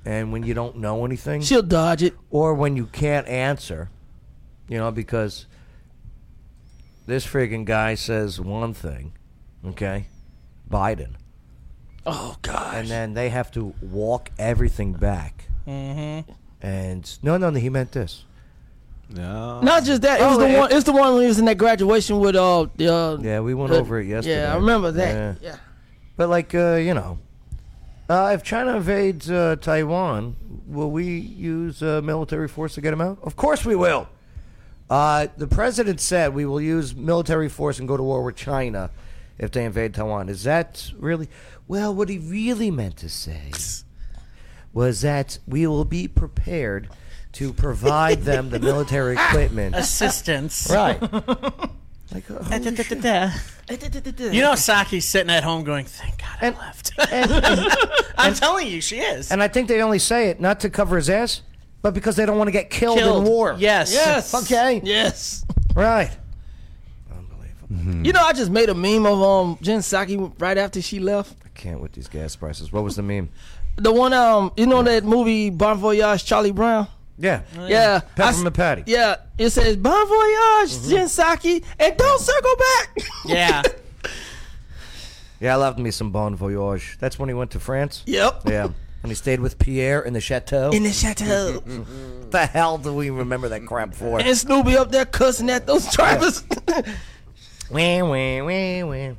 Speaker 1: and when you don't know anything,
Speaker 3: She'll dodge it.
Speaker 1: or when you can't answer, you know, because this friggin' guy says one thing, okay, Biden,
Speaker 3: Oh God.
Speaker 1: and then they have to walk everything back.
Speaker 4: Mm-hmm.
Speaker 1: And no, no, no, he meant this.
Speaker 5: No.
Speaker 3: Not just that. It was
Speaker 1: Oh,
Speaker 3: the
Speaker 1: it-
Speaker 3: one. It's the one when he was in that graduation with uh the. Uh,
Speaker 1: Yeah, we went
Speaker 3: the-
Speaker 1: over it yesterday.
Speaker 3: Yeah, I remember that.
Speaker 1: Yeah.
Speaker 3: Yeah.
Speaker 1: But like, uh, you know, uh, if China invades uh, Taiwan, will we use uh, military force to get them out? Of course we will. Uh, the president said we will use military force and go to war with China if they invade Taiwan. Is that really? Well, what he really meant to say was that we will be prepared to provide them the military equipment.
Speaker 4: Assistance.
Speaker 1: Right.
Speaker 4: Da-da-da-da-da. You know Saki's sitting at home going, "Thank God I left." I'm telling you, she is.
Speaker 1: And I think they only say it not to cover his ass, but because they don't want to get killed, in
Speaker 4: Killed.
Speaker 1: war.
Speaker 4: Yes. Yes.
Speaker 1: Okay.
Speaker 3: Yes.
Speaker 1: Right. Mm-hmm.
Speaker 3: You know, I just made a meme of um Jen Psaki right after she left.
Speaker 1: I can't with these gas prices. What was the meme?
Speaker 3: The one um, you know that movie Bon Voyage, Charlie Brown.
Speaker 1: Yeah.
Speaker 3: Yeah. I s-
Speaker 1: Peppermint Patty.
Speaker 3: Yeah. It says Bon Voyage,
Speaker 1: Mm-hmm.
Speaker 3: Jensaki, and don't circle back.
Speaker 4: Yeah.
Speaker 1: Yeah, I loved me some Bon Voyage. That's when he went to France.
Speaker 3: Yep.
Speaker 1: Yeah. And he stayed with Pierre in the chateau.
Speaker 3: In the chateau.
Speaker 1: the hell do we remember that crap for?
Speaker 3: and Snoopy up there cussing at those drivers.
Speaker 1: Wah, wah, wah, wah.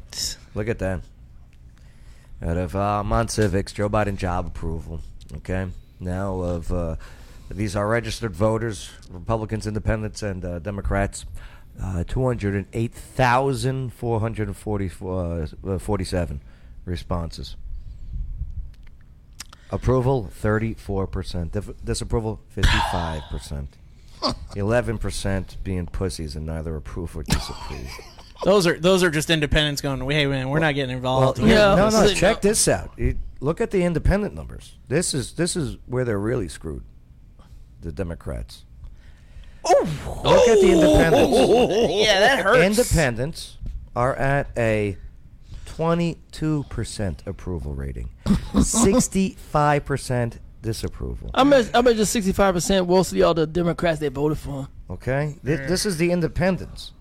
Speaker 1: Look at that. Out of uh, Mont Civics, Joe Biden job approval. Okay. Now of uh, these are registered voters, Republicans, Independents, and uh, Democrats. Uh, 208,447 uh, responses. Approval, 34%. Dif- disapproval, 55%. 11% being pussies and neither approve or disapprove.
Speaker 4: Those are those are just independents going. Hey man, we're not getting involved. uh,
Speaker 1: Well, yeah, no, no. Check this out. It- look at the independent numbers. This is this is where they're really screwed. The Democrats. Oh, look at the independents.
Speaker 3: Yeah, that hurts.
Speaker 1: Independents are at a twenty-two percent approval rating, sixty-five percent disapproval.
Speaker 3: I bet I bet just sixty five percent mostly all the Democrats that voted for him.
Speaker 1: Okay, Th- this is the independents.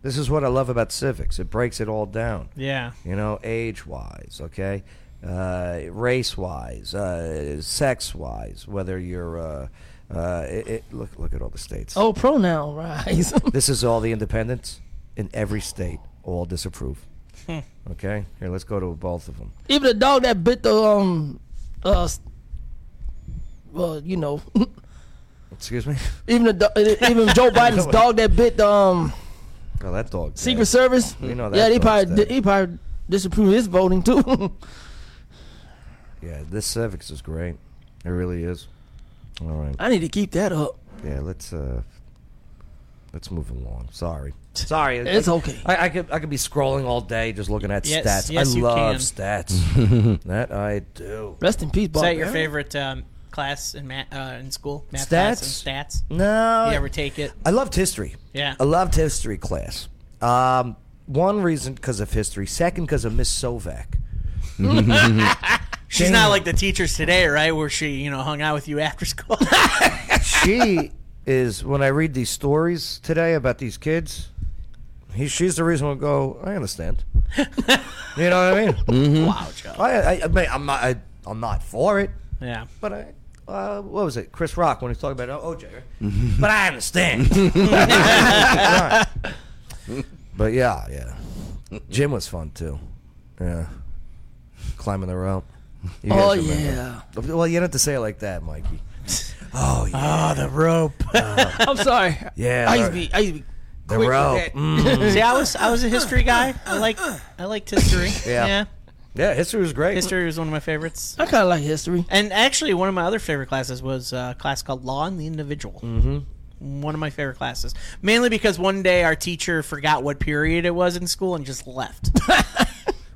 Speaker 1: This is what I love about civics. It breaks it all down.
Speaker 4: Yeah.
Speaker 1: you know, age wise, okay, uh, race wise, uh, sex wise, whether you're. Uh, uh, it, it, look, look at all the states.
Speaker 3: Oh, pronoun rise.
Speaker 1: this is all the independents in every state. All disapprove.
Speaker 3: Hmm.
Speaker 1: okay, here let's go to both of them.
Speaker 3: Even the dog that bit the um, uh, s- well, you know,
Speaker 1: Excuse me.
Speaker 3: even the do- e, even Joe Biden's dog that bit the um
Speaker 1: Oh, that dog.
Speaker 3: Secret Service.
Speaker 1: We know that
Speaker 3: yeah, they
Speaker 1: dog's
Speaker 3: probably
Speaker 1: dead.
Speaker 3: di- he probably disapproved his voting too.
Speaker 1: Yeah, this civics is great. It really is. All right.
Speaker 3: I need to keep that up.
Speaker 1: Yeah, let's uh, let's move along. Sorry. Sorry,
Speaker 3: It's okay.
Speaker 1: I, I could I could be scrolling all day just looking at
Speaker 4: Yes,
Speaker 1: stats.
Speaker 4: yes,
Speaker 1: I
Speaker 4: you
Speaker 1: love
Speaker 4: can.
Speaker 1: stats. that I do.
Speaker 3: Rest in peace,
Speaker 4: Is that your favorite um, class in ma- uh, in school? Math class and stats.
Speaker 1: No.
Speaker 4: You ever take it?
Speaker 1: I loved history.
Speaker 4: Yeah.
Speaker 1: I loved history class. Um, one reason because of history. Second because of Miss Sovak.
Speaker 4: She's
Speaker 1: Damn.
Speaker 4: not like the teachers today, right? Where she, you know, hung out with you after school.
Speaker 1: she is when I read these stories today about these kids. He, she's the reason we go. I understand. you know what I mean?
Speaker 4: Wow, Joe.
Speaker 1: I, I, I mean, I'm not. I, I'm not for it.
Speaker 4: Yeah.
Speaker 1: But I. Uh, what was it? Chris Rock when he was talking about O- OJ. Right? But I understand. but yeah, yeah. Jim was fun too. Yeah. Climbing the rope. You guys
Speaker 3: Oh,
Speaker 1: remember. Well, you don't have to say it like that, Mikey. Oh yeah.
Speaker 4: Oh, the rope.
Speaker 3: I'm sorry.
Speaker 1: Yeah.
Speaker 3: I
Speaker 1: the-
Speaker 3: used to be I used to be
Speaker 1: the
Speaker 3: quick with
Speaker 1: rope.
Speaker 3: that.
Speaker 1: Mm.
Speaker 4: See, I was I was a history guy. I like I liked history.
Speaker 1: Yeah.
Speaker 4: yeah.
Speaker 1: Yeah, history was great.
Speaker 4: History was one of my favorites.
Speaker 3: I kind of like history.
Speaker 4: And actually, one of my other favorite classes was a class called Law and the Individual. Mm-hmm. One of my favorite classes, mainly because one day our teacher forgot what period it was in school and just left. and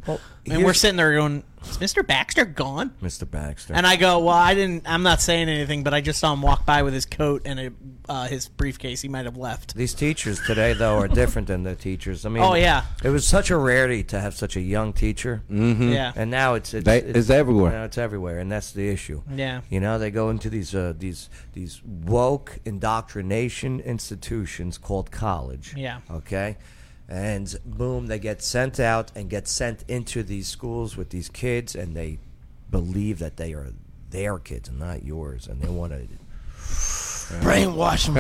Speaker 4: we're
Speaker 1: here's-
Speaker 4: sitting there going, "Is Mr. Baxter gone?"
Speaker 1: Mr. Baxter.
Speaker 4: And I go, "Well, I didn't. I'm not saying anything, but I just saw him walk by with his coat and a, uh, his briefcase. He might have left."
Speaker 1: These teachers today, though, are different than the teachers. I mean,
Speaker 4: Oh, yeah.
Speaker 1: it was such a rarity to have such a young teacher.
Speaker 5: Mhm.
Speaker 4: Yeah.
Speaker 1: and now it's it's,
Speaker 5: They- it's everywhere.
Speaker 1: Now it's everywhere, and that's the issue.
Speaker 4: Yeah.
Speaker 1: you know, they go into these uh, these these woke indoctrination institutions called college.
Speaker 4: Yeah.
Speaker 1: okay, and boom, they get sent out and get sent into these schools with these kids, and they believe that they are their kids and not yours, and they want to.
Speaker 3: Brainwash 'em.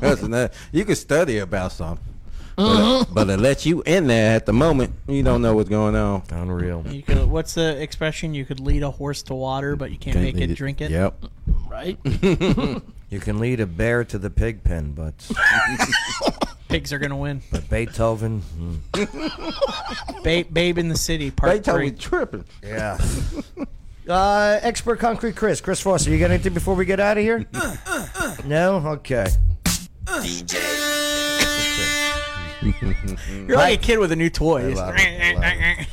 Speaker 5: That's another- you can study about something,
Speaker 4: Uh-huh.
Speaker 5: but, but to let you in there at the moment, you don't know what's going on.
Speaker 1: Unreal.
Speaker 4: You could, what's the expression? You could lead a horse to water, but you can't,
Speaker 5: Can't
Speaker 4: make
Speaker 5: lead
Speaker 4: it
Speaker 5: it-
Speaker 4: drink it.
Speaker 5: yep.
Speaker 3: Right?
Speaker 1: You can lead a bear to the pig pen, but
Speaker 4: Pigs are gonna win.
Speaker 1: but Beethoven. mm.
Speaker 4: Ba- Babe in the City, part three.
Speaker 5: tripping.
Speaker 1: Yeah. Uh, expert concrete Chris. Chris Foster, you got anything before we get out of here? no? Okay.
Speaker 4: You're like a kid with a new toy.
Speaker 1: love it.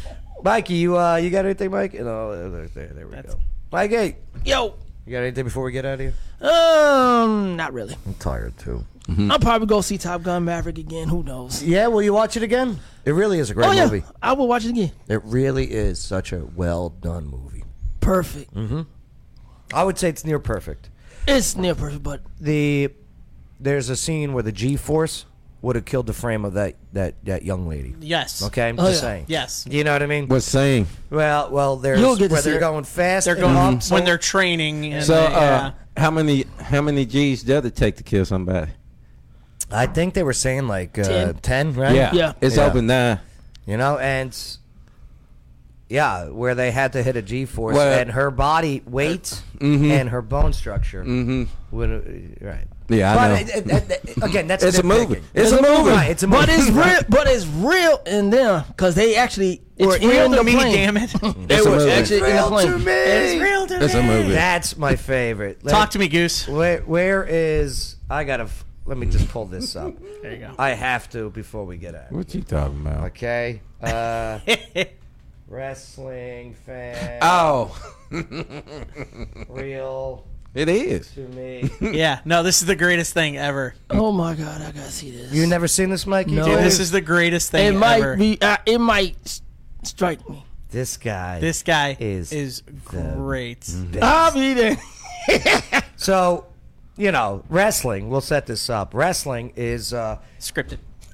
Speaker 1: Mikey, you uh, you got anything, Mike? No, uh, there, there, there we go. Mikey,
Speaker 3: Yo,
Speaker 1: you got anything before we get out of here?
Speaker 3: um, not really.
Speaker 1: I'm tired too.
Speaker 4: Mm-hmm.
Speaker 3: I'll probably go see Top Gun Maverick again. Who knows?
Speaker 1: Mm. Yeah, will you watch it again? It really is a great
Speaker 3: oh yeah,
Speaker 1: movie.
Speaker 3: I will watch it again.
Speaker 1: It really is such a well done movie.
Speaker 3: Perfect.
Speaker 1: Mm-hmm. I would say it's near perfect.
Speaker 3: It's near perfect, but
Speaker 1: the there's a scene where the G force would have killed the frame of that that that young lady.
Speaker 4: Yes.
Speaker 1: Okay. I'm
Speaker 4: Oh,
Speaker 1: just
Speaker 4: yeah.
Speaker 1: saying.
Speaker 4: Yes.
Speaker 1: You know what I mean?
Speaker 5: What's saying?
Speaker 1: Well, well, there's
Speaker 4: You'll get to
Speaker 1: where
Speaker 4: see
Speaker 1: they're
Speaker 4: it.
Speaker 1: going fast.
Speaker 4: They're
Speaker 1: and
Speaker 4: going
Speaker 1: up, so-
Speaker 4: when they're training. And
Speaker 5: So,
Speaker 4: they-
Speaker 5: uh,
Speaker 4: yeah.
Speaker 5: how many how many G's does it take to kill somebody?
Speaker 1: I think they were saying like uh,
Speaker 5: Ten.
Speaker 1: ten. right?
Speaker 5: Yeah. Yeah. It's over nine.
Speaker 1: You know, and s- yeah, where they had to hit a G force,
Speaker 5: Well-
Speaker 1: and her body weight
Speaker 5: Mhm.
Speaker 1: and her bone structure
Speaker 5: Mhm.
Speaker 1: would uh, right.
Speaker 5: Yeah, I
Speaker 1: but
Speaker 5: know.
Speaker 1: it- it- it- again, that's
Speaker 5: It's a movie.
Speaker 1: nitpicking.
Speaker 5: It's a movie.
Speaker 1: Right, it's a movie.
Speaker 3: but it's real.
Speaker 1: Right.
Speaker 3: But it's real in them because they actually
Speaker 1: It's
Speaker 3: were
Speaker 1: real
Speaker 3: in
Speaker 1: to
Speaker 3: the
Speaker 1: me,
Speaker 3: plane.
Speaker 1: damn it.
Speaker 3: They
Speaker 1: Mm. It's a
Speaker 3: were
Speaker 1: movie.
Speaker 3: actually in
Speaker 1: It's
Speaker 3: the
Speaker 1: Mm-hmm. real
Speaker 3: plane.
Speaker 1: to me.
Speaker 3: It's real to
Speaker 5: It's a
Speaker 3: me.
Speaker 5: movie.
Speaker 1: That's my favorite.
Speaker 4: Talk to me, Goose.
Speaker 1: Where, where is I gotta? f- Let me just pull this up.
Speaker 4: There you go.
Speaker 1: I have to before we get out.
Speaker 5: What you talking about?
Speaker 1: Okay. Uh, wrestling fan.
Speaker 5: Oh.
Speaker 1: real.
Speaker 5: It is.
Speaker 1: To me.
Speaker 4: yeah. No, this is the greatest thing ever.
Speaker 3: Oh my god, I gotta see this.
Speaker 1: You never seen this, Mikey?
Speaker 4: Dude, this is the greatest thing
Speaker 3: it might
Speaker 4: ever.
Speaker 3: be. Uh, it might s- strike me.
Speaker 1: This guy.
Speaker 4: This guy
Speaker 1: is
Speaker 4: is great. Ah,
Speaker 5: Ah,
Speaker 3: I'll be there.
Speaker 1: So, you know, wrestling. We'll set this up. Wrestling is uh,
Speaker 4: scripted.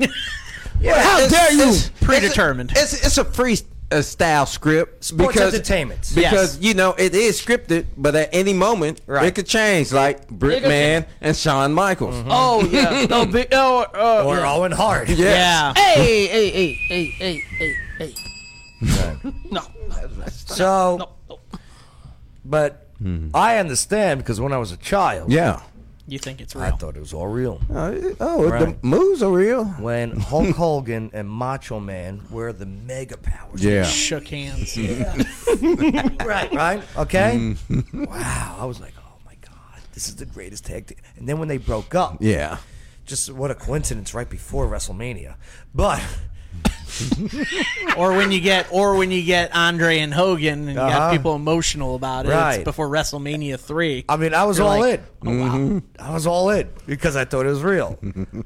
Speaker 1: yeah,
Speaker 5: How
Speaker 1: it's-
Speaker 5: dare you?
Speaker 1: it's-
Speaker 4: predetermined.
Speaker 5: It's it's, a free uh, style script
Speaker 1: Sports
Speaker 5: because
Speaker 1: entertainment.
Speaker 5: Because you know it is scripted, but at any moment it could change, like
Speaker 3: It could
Speaker 5: Brickman and Shawn Michaels.
Speaker 3: Oh yeah, no big. Oh, uh, yeah.
Speaker 1: Hart.
Speaker 5: Yes.
Speaker 1: uh,
Speaker 3: Hey, hey, hey, hey, hey, hey, hey. No.
Speaker 1: So, but I understand because when I was a child,
Speaker 5: Hmm. Yeah.
Speaker 4: You think it's
Speaker 1: I
Speaker 4: real?
Speaker 1: thought it was all real.
Speaker 5: oh,
Speaker 1: Right.
Speaker 5: the moves are real.
Speaker 1: When Hulk Hogan and Macho Man were the mega powers,
Speaker 5: Yeah.
Speaker 4: Shook hands.
Speaker 1: right, right, okay.
Speaker 5: Mm.
Speaker 1: wow, I was like, oh my god, this is the greatest tag team. And then when they broke up,
Speaker 5: Yeah.
Speaker 1: just what a coincidence, right before WrestleMania. But
Speaker 4: or when you get, or when you get Andre and Hogan, and you got
Speaker 1: Uh-huh.
Speaker 4: people emotional about it.
Speaker 1: Right.
Speaker 4: It's before WrestleMania three.
Speaker 1: I mean, I was
Speaker 4: You're
Speaker 1: all
Speaker 4: like,
Speaker 1: in. I was all in because I thought it was real.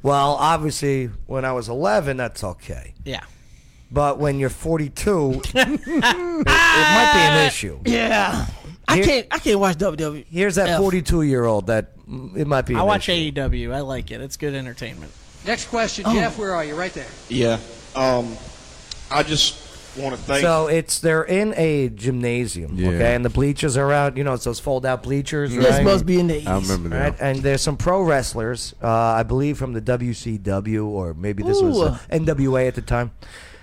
Speaker 1: well, obviously, when I was 11, that's okay.
Speaker 4: Yeah.
Speaker 1: But when you're 42, it, it might be an issue.
Speaker 3: Yeah. I
Speaker 1: Here-
Speaker 3: can't. I can't watch WWE.
Speaker 1: Here's that
Speaker 3: F.
Speaker 1: 42 year old that mm, it might be.
Speaker 4: I
Speaker 1: an
Speaker 4: watch
Speaker 1: issue.
Speaker 4: AEW. I like it. It's good entertainment.
Speaker 2: Next
Speaker 4: Oh,
Speaker 2: question, Jeff. Where are you? Right there.
Speaker 6: Yeah. Um, I just want to thank.
Speaker 1: So it's they're in a gymnasium,
Speaker 6: Yeah.
Speaker 1: okay, and the bleachers are out. You know, it's those fold-out bleachers.
Speaker 3: This
Speaker 1: right?
Speaker 3: must be in the
Speaker 5: I 80s. remember that.
Speaker 1: Right? And there's some pro wrestlers, uh, I believe, from the WCW or maybe this was
Speaker 3: Ooh.
Speaker 1: uh, NWA at the time.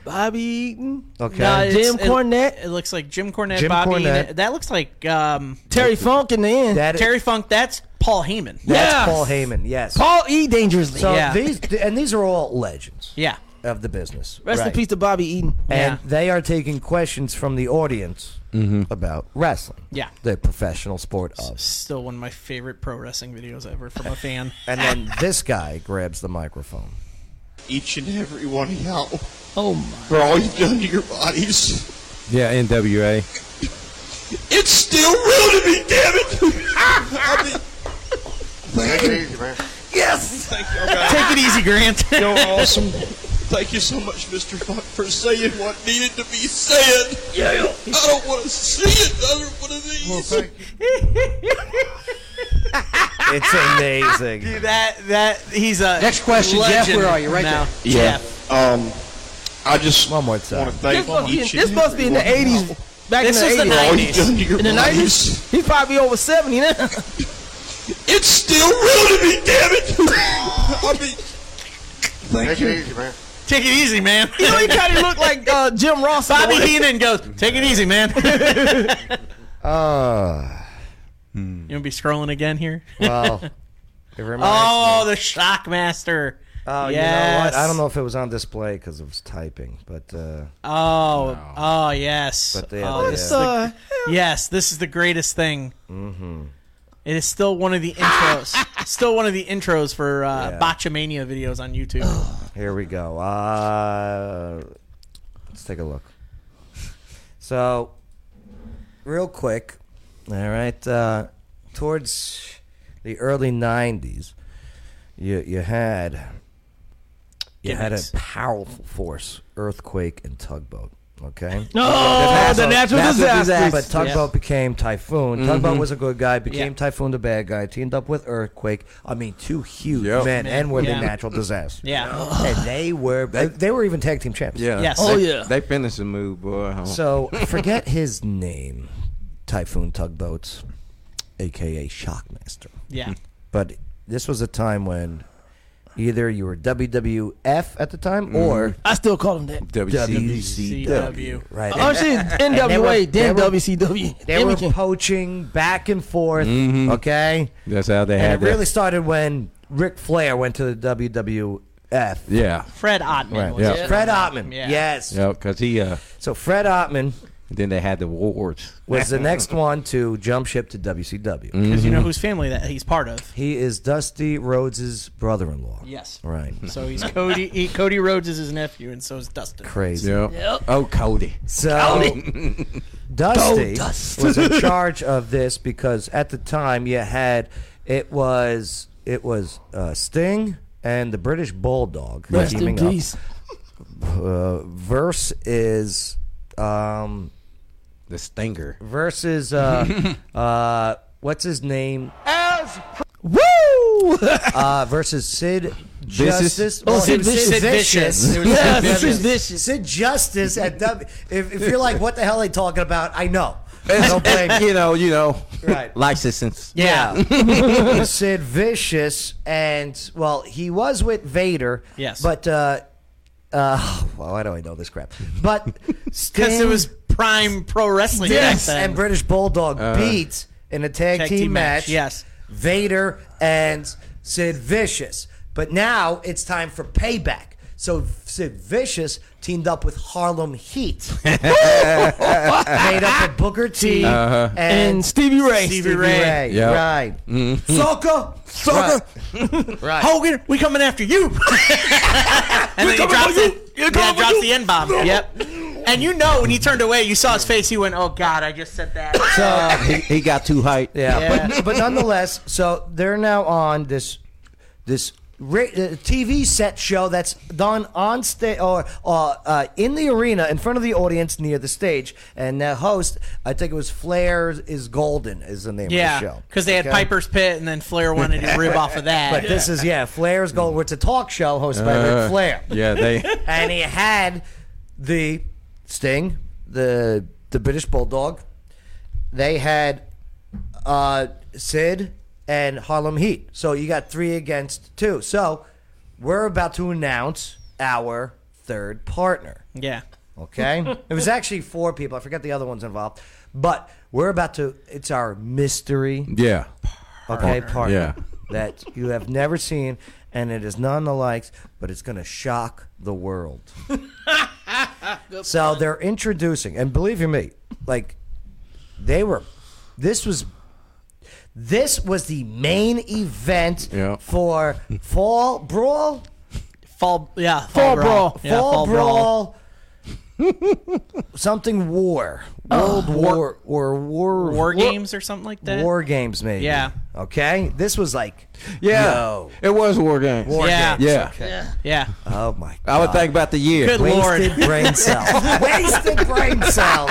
Speaker 3: Bobby Eaton.
Speaker 1: Okay,
Speaker 4: No, it's-
Speaker 3: Jim
Speaker 4: it-
Speaker 3: Cornette.
Speaker 4: It looks like Jim Cornette,
Speaker 1: Jim
Speaker 4: Bobby.
Speaker 1: Cornette.
Speaker 4: Eaton. That looks like um,
Speaker 3: Terry Funk in the end.
Speaker 1: That
Speaker 4: Terry Funk. That's Paul Heyman.
Speaker 1: That's
Speaker 3: Yes.
Speaker 1: Paul Heyman. Yes.
Speaker 3: Paul E. Dangerously.
Speaker 1: so
Speaker 4: yeah.
Speaker 1: these and these are all legends
Speaker 4: Yeah.
Speaker 1: of the business.
Speaker 3: Rest in
Speaker 1: Right.
Speaker 3: peace to Bobby Eaton.
Speaker 1: And they are taking questions from the audience about wrestling.
Speaker 4: Yeah.
Speaker 1: The professional sport of.
Speaker 4: Still one of my favorite pro wrestling videos ever from a fan.
Speaker 1: And then this guy grabs the microphone.
Speaker 6: each and every one of y'all
Speaker 3: Oh my!
Speaker 6: for all you've done to your bodies.
Speaker 5: Yeah, NWA.
Speaker 6: It's still real to me, damn it! I mean, thank you. Yes! Thank you,
Speaker 4: Take it easy, Grant.
Speaker 6: You're awesome. Thank you so much, Mr. Funk, for saying what needed to be said. Yeah. I don't want to see another one of these.
Speaker 1: It's amazing.
Speaker 4: Dude, that that he's a
Speaker 2: Next question, Jeff.
Speaker 4: legend
Speaker 2: Where are you? Right
Speaker 4: now.
Speaker 6: Yeah. Um, I just one more time. Want to thank
Speaker 3: This must be in,
Speaker 6: each
Speaker 3: this
Speaker 6: and
Speaker 3: must be in the
Speaker 6: every one of
Speaker 3: 80s.
Speaker 6: y'all.
Speaker 3: Back
Speaker 4: This was the
Speaker 3: in the
Speaker 4: 90s.
Speaker 3: 80s. In the 90s? He's probably over 70 now.
Speaker 6: It's still real to me, damn it! I mean, thank you.
Speaker 4: Take it easy, man.
Speaker 3: you know, he kind of looked like uh, Jim Ross. in the
Speaker 4: Bobby
Speaker 3: way-
Speaker 4: Heenan goes. Take it easy, man.
Speaker 1: Uh,
Speaker 4: You wanna be scrolling again here?
Speaker 1: well, it reminds
Speaker 4: oh,
Speaker 1: me.
Speaker 4: the Shockmaster.
Speaker 1: Oh, you know what?
Speaker 4: yes.
Speaker 1: I don't know if it was on display because it was typing, but uh,
Speaker 4: Oh, oh yes.
Speaker 1: But they-
Speaker 4: oh,
Speaker 1: they-
Speaker 4: this is
Speaker 1: What
Speaker 4: the, yes, this is the greatest thing.
Speaker 1: mm-hmm.
Speaker 4: It is still one of the intros. still one of the intros for uh,
Speaker 1: Yeah.
Speaker 4: Botchamania videos on YouTube.
Speaker 1: here we go. Uh, let's take a look. So, real quick, all right. Uh, towards the early '90s, you you had you had a
Speaker 4: Gimmicks.
Speaker 1: powerful force, earthquake and tugboat. Okay.
Speaker 3: No, Oh, the natural disasters.
Speaker 1: But Tugboat
Speaker 3: Yes.
Speaker 1: became Typhoon. Tugboat
Speaker 3: Mhm.
Speaker 1: was a good guy, became Typhoon the bad guy, teamed up with Earthquake. I mean, two huge men and were
Speaker 4: Yeah.
Speaker 1: the natural disasters.
Speaker 4: Yeah.
Speaker 1: And they were they, they were even tag team champs.
Speaker 5: Yeah.
Speaker 1: Oh
Speaker 5: They-
Speaker 1: yeah.
Speaker 5: They finished the move, boy.
Speaker 1: So forget his name, Typhoon Tugboats, aka Shockmaster.
Speaker 4: Yeah.
Speaker 1: But this was a time when either you were WWF at the time
Speaker 3: Mm-hmm.
Speaker 1: or
Speaker 3: I still call him that.
Speaker 1: WCW. Right.
Speaker 3: Oh, shit,
Speaker 1: And they were-
Speaker 3: NWA, then
Speaker 1: they were-
Speaker 3: WCW.
Speaker 1: They were poaching back and forth. Okay.
Speaker 5: That's how they had
Speaker 1: And it
Speaker 5: that.
Speaker 1: really started when Ric Flair went to the WWF.
Speaker 5: Yeah.
Speaker 4: Fred Ottman.
Speaker 5: Right.
Speaker 4: was
Speaker 5: Yeah.
Speaker 4: it?
Speaker 1: Fred Ottman.
Speaker 4: Yeah.
Speaker 1: Yes.
Speaker 5: Yeah, because he. Uh,
Speaker 1: so Fred Ottman.
Speaker 5: Then they had the wars.
Speaker 1: Was the next one to jump ship to WCW.
Speaker 5: Mm-hmm.
Speaker 4: Because you know whose family that he's part of.
Speaker 1: He is Dusty Rhodes' brother in law.
Speaker 4: Yes.
Speaker 1: Right.
Speaker 4: So he's Cody. He, Cody Rhodes is his nephew, and so is Dustin.
Speaker 1: Crazy.
Speaker 4: Yep.
Speaker 5: Oh, Cody.
Speaker 1: So
Speaker 4: Cody.
Speaker 1: Dusty
Speaker 4: Go, Dust.
Speaker 1: was in charge of this because at the time you had it was it was uh, Sting and the British Bulldog
Speaker 3: Rest in
Speaker 1: teaming up.
Speaker 3: peace.
Speaker 1: Uh, verse is um,
Speaker 5: the Stinger
Speaker 1: versus uh, uh, what's his name
Speaker 14: As
Speaker 1: Woo! uh, versus Sid Justice.
Speaker 3: is- Oh, Sid
Speaker 1: it was
Speaker 3: Vicious. Sid Vicious.
Speaker 1: It was
Speaker 3: Yeah,
Speaker 1: Sid
Speaker 3: Sid
Speaker 1: Vicious.
Speaker 3: Vicious.
Speaker 1: Sid Justice at W. If, if you're like, what the hell are they talking about? I know. I don't blame you.
Speaker 5: you know, you know,
Speaker 1: Right.
Speaker 5: licensing.
Speaker 1: Yeah. Sid Vicious and well, he was with Vader.
Speaker 4: Yes.
Speaker 1: But uh uh well, why do I know this crap? But
Speaker 4: Because
Speaker 1: Sting,
Speaker 4: it was prime pro wrestling. back
Speaker 1: Yes,
Speaker 4: then.
Speaker 1: and British Bulldog
Speaker 4: Uh-huh.
Speaker 1: beat in a tag,
Speaker 4: Tag
Speaker 1: team,
Speaker 4: team
Speaker 1: match,
Speaker 4: match, yes.
Speaker 1: Vader and Sid Vicious. But now it's time for payback. So Sid Vicious teamed up with Harlem Heat. made up of Booker T
Speaker 5: Uh-huh.
Speaker 3: And Stevie Ray.
Speaker 1: Stevie, Ray.
Speaker 5: Yep.
Speaker 1: Right.
Speaker 5: Mhm.
Speaker 4: Hmm. Mm-hmm.
Speaker 1: Soccer, soccer. Right.
Speaker 4: Hogan, we coming after you. and then he drops it. Yeah, drops the N bomb. Yep. And you know when he turned away, you saw his face. He went, "Oh God, I just said that."
Speaker 1: So
Speaker 5: he, he got too hyped.
Speaker 1: yeah,
Speaker 4: Yeah.
Speaker 1: But, but nonetheless, so they're now on this this ra- uh, TV set show that's done on stage or uh, uh, in the arena in front of the audience near the stage, and the host, I think it was Flair is Golden is the name
Speaker 4: yeah,
Speaker 1: of the show
Speaker 4: because they had
Speaker 1: Okay?
Speaker 4: Piper's Pit, and then Flair wanted to rib off of that.
Speaker 1: But this is yeah, Flair's Golden. It's a talk show hosted by Ric Flair.
Speaker 5: Uh, Yeah, they.
Speaker 1: and he had the Sting, the the British Bulldog. They had uh, Sid and Harlem Heat. So you got three against two. So we're about to announce our third partner.
Speaker 4: yeah.
Speaker 1: Okay, it was actually four people. I forget the other ones involved, but we're about to. It's our mystery.
Speaker 5: Yeah.
Speaker 1: Okay,
Speaker 5: Partner.
Speaker 1: partner.
Speaker 5: Yeah.
Speaker 1: That you have never seen, and it is none the likes, but it's going to shock the world. so they're introducing, and believe you me, like they were. This was. This was the main event
Speaker 5: Yeah.
Speaker 1: for Fall Brawl.
Speaker 4: Fall, yeah,
Speaker 3: Fall Brawl.
Speaker 1: Fall,
Speaker 3: Yeah, Fall
Speaker 1: Brawl.
Speaker 3: Brawl.
Speaker 1: something War.
Speaker 3: Oh.
Speaker 1: World War or War
Speaker 4: War games or something like that.
Speaker 1: War games, maybe.
Speaker 4: Yeah.
Speaker 1: Okay. This was like.
Speaker 5: Yeah.
Speaker 1: No.
Speaker 5: It was War Games.
Speaker 1: War
Speaker 4: Yeah.
Speaker 1: games.
Speaker 5: Yeah.
Speaker 1: Okay.
Speaker 4: Yeah.
Speaker 1: Oh my.
Speaker 5: I would think about the year.
Speaker 4: Good
Speaker 1: Wasted
Speaker 4: lord.
Speaker 1: brain cells. Wasted brain cells.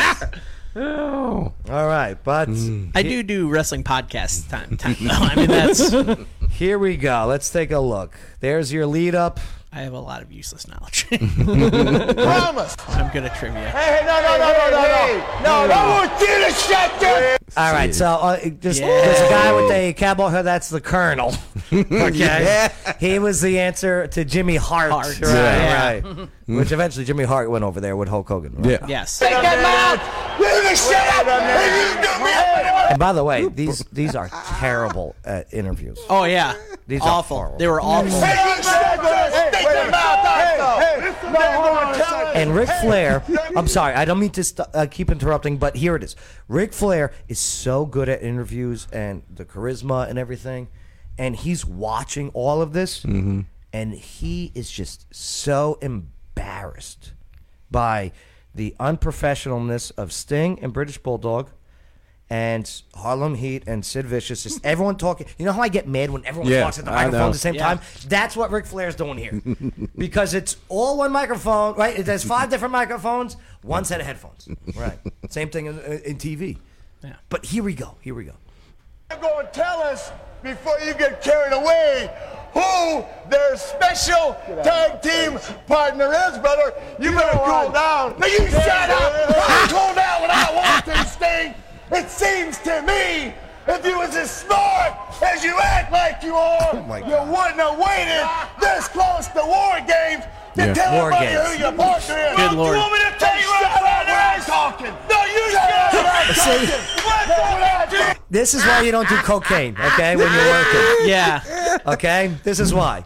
Speaker 5: Oh.
Speaker 1: All right, but
Speaker 5: Mm.
Speaker 4: I do do wrestling podcasts time time. No, I mean that's.
Speaker 1: here we go. Let's take a look. There's your lead up.
Speaker 4: I have a lot of useless knowledge.
Speaker 14: promise.
Speaker 4: I'm good at trivia.
Speaker 14: Hey, hey, no, no, no, no, no, no. No, I want you to shut down.
Speaker 1: All right, so uh, just
Speaker 4: Yeah.
Speaker 1: this guy with the cowboy hat, that's the colonel. Okay. He was the answer to Jimmy Hart.
Speaker 4: Hart.
Speaker 1: Right,
Speaker 4: Yeah.
Speaker 1: right. Which eventually Jimmy Hart went over there with Hulk Hogan. Right?
Speaker 5: Yeah.
Speaker 4: Yes.
Speaker 14: Take that mouth. You to shut up. and You do me a
Speaker 1: And by the way, these these are terrible uh, interviews.
Speaker 4: Oh yeah.
Speaker 1: These are
Speaker 4: awful.
Speaker 1: horrible.
Speaker 4: They were awful.
Speaker 14: Hey, you shut up. Take that mouth out. No harm time.
Speaker 1: And Ric Flair, I'm sorry, I don't mean to st- uh, keep interrupting, but here it is. Ric Flair is so good at interviews and the charisma and everything, and he's watching all of this,
Speaker 5: Mm-hmm.
Speaker 1: and he is just so embarrassed by the unprofessionalness of Sting and British Bulldog, and Harlem Heat and Sid Vicious. Just everyone talking. You know how I get mad when everyone
Speaker 5: Yeah,
Speaker 1: talks at the
Speaker 5: I
Speaker 1: microphone
Speaker 5: know.
Speaker 1: at the same
Speaker 5: Yeah.
Speaker 1: time? That's what Ric Flair's doing here. because it's all one microphone, right? It has five different microphones, one set of headphones. Right. Same thing in, uh, in TV. Yeah. But here we go. Here we go.
Speaker 14: Go and tell us before you get carried away who their special tag team partner is, brother. You, better cool down.
Speaker 17: No, you shut up.
Speaker 14: I cool down when I watch this thing. It seems to me if you was as smart as you act like you are,
Speaker 1: my
Speaker 14: you wouldn't have waited this close to war games to
Speaker 1: Yeah.
Speaker 14: tell
Speaker 1: War
Speaker 14: everybody
Speaker 1: games.
Speaker 14: who your partner is.
Speaker 1: Good Lord.
Speaker 14: You want me to tell you what I'm talking? No, you shut up. when I'm
Speaker 1: See?
Speaker 14: talking.
Speaker 1: This is why you don't do cocaine, okay? When you're working.
Speaker 4: Yeah.
Speaker 1: Okay? This is why.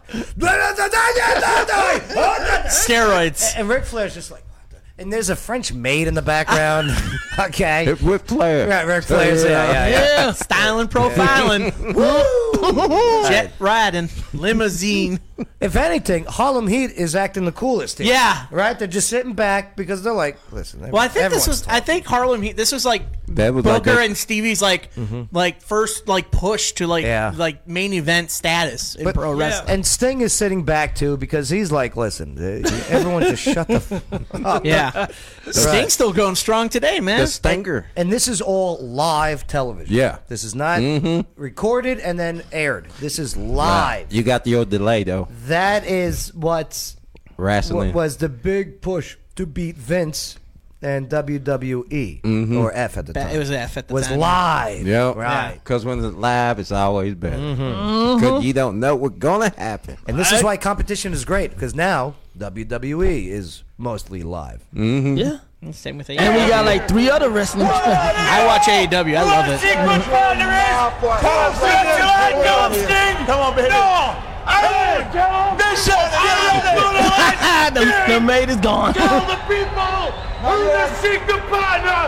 Speaker 4: Steroids.
Speaker 1: And, and Ric Flair's just like, what the- and there's a French maid in the background. okay.
Speaker 5: Ric Flair.
Speaker 1: Right, Ric Flair's, yeah, yeah, yeah.
Speaker 4: Styling, profiling. Jet riding. Limousine.
Speaker 1: If anything, Harlem Heat is acting the coolest here.
Speaker 4: Yeah.
Speaker 1: Right? They're just sitting back because they're like, listen.
Speaker 4: Well, I think this
Speaker 1: everyone's
Speaker 4: was. I think Harlem Heat. This was like
Speaker 5: That was like
Speaker 4: Booker
Speaker 5: that-
Speaker 4: and Stevie's like,
Speaker 1: Mm-hmm.
Speaker 4: like first like push to like like main event status in
Speaker 1: But-
Speaker 4: pro wrestling.
Speaker 1: And Sting is sitting back too because he's like, listen, uh, everyone just shut the f- up.
Speaker 4: Yeah. Sting's still going strong today, man.
Speaker 1: The Stinger. And this is all live television.
Speaker 5: Yeah.
Speaker 1: This is not recorded and then aired. This is live.
Speaker 5: You got the old delay though.
Speaker 1: That is what's
Speaker 5: Wrestling.
Speaker 1: what was the big push to beat Vince and WWE
Speaker 5: Mhm.
Speaker 1: or F at the
Speaker 4: Ba-
Speaker 1: time.
Speaker 4: it was F at the
Speaker 1: was
Speaker 4: time.
Speaker 1: live.
Speaker 5: Yep.
Speaker 1: Right.
Speaker 5: Because when it's live, it's always better. Mm-hmm.
Speaker 1: Mhm.
Speaker 5: Because you don't know what's gonna happen.
Speaker 1: And this is why competition is great because now WWE is mostly live.
Speaker 5: Mm-hmm.
Speaker 1: Yeah.
Speaker 4: Same with AEW.
Speaker 3: And we got like three other wrestling.
Speaker 4: I watch AEW. I love it. Mm-hmm.
Speaker 14: Ah, Come on, baby. No! Hey, this shit, I
Speaker 3: the, the maid is gone.
Speaker 14: Tell the people who the secret partner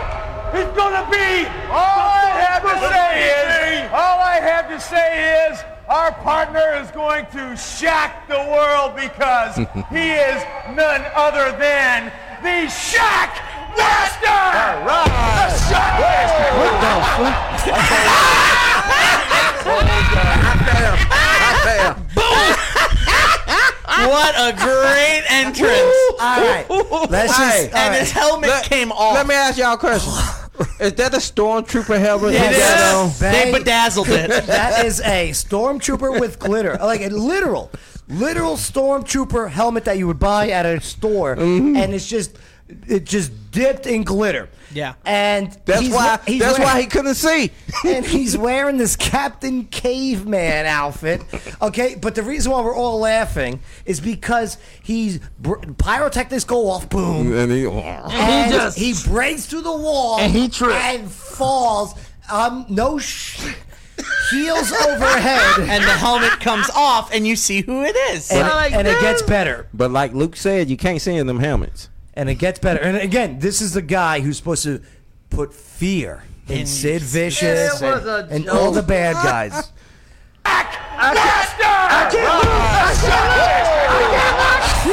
Speaker 14: is gonna be. All I have to say is, all I have to say is, our partner is going to shock the world because he is none other than the Shock Master. All right. The Shock Master. What the
Speaker 4: what a great entrance!
Speaker 1: all right,
Speaker 4: let's
Speaker 5: Hey,
Speaker 4: just- and his helmet came off.
Speaker 5: Let me ask y'all a question. is that a stormtrooper helmet?
Speaker 4: It
Speaker 5: he got on?
Speaker 4: is. They bedazzled it.
Speaker 1: that is a stormtrooper with glitter, like a literal, literal stormtrooper helmet that you would buy at a store,
Speaker 5: Mm-hmm.
Speaker 1: and it's just, it just dipped in glitter.
Speaker 4: Yeah.
Speaker 1: And
Speaker 5: That's
Speaker 1: he's-
Speaker 5: why-
Speaker 1: he's
Speaker 5: that's
Speaker 1: wearing-
Speaker 5: why he couldn't see.
Speaker 1: and he's wearing this Captain Caveman outfit. Okay, but the reason why we're all laughing is because he's br- pyrotechnics go off, boom,
Speaker 5: And he,
Speaker 1: and he, breaks through the wall
Speaker 5: And he tripped.
Speaker 1: and falls. Um, no sh- heels overhead,
Speaker 4: and the helmet comes off, and you see who it is.
Speaker 1: and, and it gets better.
Speaker 5: But like Luke said, you can't see in them helmets.
Speaker 1: And it gets better. And again, this is the guy who's supposed to put fear in Sid Vicious
Speaker 17: It was a
Speaker 1: and, and all the
Speaker 17: joke.
Speaker 1: bad guys.
Speaker 17: I can't look. I can't look.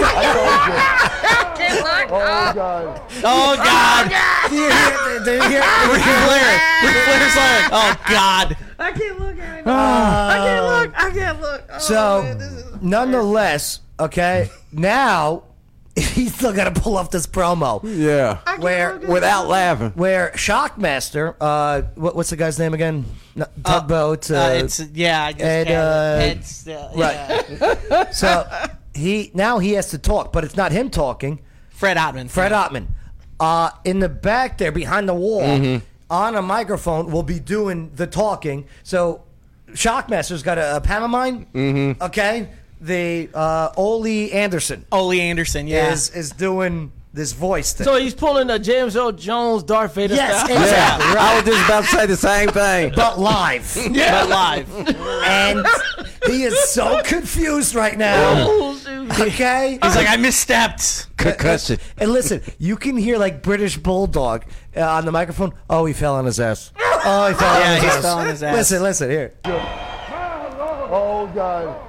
Speaker 17: I can't look.
Speaker 24: Oh,
Speaker 17: God.
Speaker 4: Oh God!
Speaker 1: Do you hear? Do you hear?
Speaker 4: Ric Flair. Ric Flair's like, oh God.
Speaker 17: I can't look at him.
Speaker 3: Uh,
Speaker 1: I
Speaker 17: can't look. I can't look.
Speaker 3: Oh,
Speaker 4: oh,
Speaker 1: So, nonetheless, okay, now he's still got to pull off this promo.
Speaker 5: Yeah.
Speaker 1: Where
Speaker 5: Without laughing.
Speaker 1: Where Shockmaster, uh, what, what's the guy's name again? No, Tugboat. Uh,
Speaker 4: Uh, it's yeah. I just
Speaker 1: and,
Speaker 4: can't.
Speaker 1: uh,
Speaker 4: it's, uh,
Speaker 1: right. so he now he has to talk, but it's not him talking.
Speaker 4: Fred Ottman.
Speaker 1: Fred Ottman, uh, in the back there, behind the wall,
Speaker 5: Mhm.
Speaker 1: on a microphone, will be doing the talking. So Shockmaster's got a, a pantomime.
Speaker 5: Mm-hmm.
Speaker 1: Okay, the uh, Ole Anderson.
Speaker 4: Ole Anderson, yeah.
Speaker 1: is is doing this voice thing.
Speaker 3: So he's pulling a James Earl Jones Darth Vader
Speaker 1: Yes,
Speaker 3: style.
Speaker 1: exactly. right.
Speaker 5: I was just about to say the same thing.
Speaker 1: but live.
Speaker 3: Yeah.
Speaker 4: But live.
Speaker 1: and he is so confused right now. Okay, Uh,
Speaker 4: He's like, I misstepped.
Speaker 5: Concussion.
Speaker 1: and listen, you can hear like British bulldog uh, on the microphone. Oh, he fell on his ass. Oh, he fell, on,
Speaker 4: Yeah, he
Speaker 1: his ass.
Speaker 4: fell on his ass.
Speaker 1: Listen, listen here.
Speaker 17: Oh God.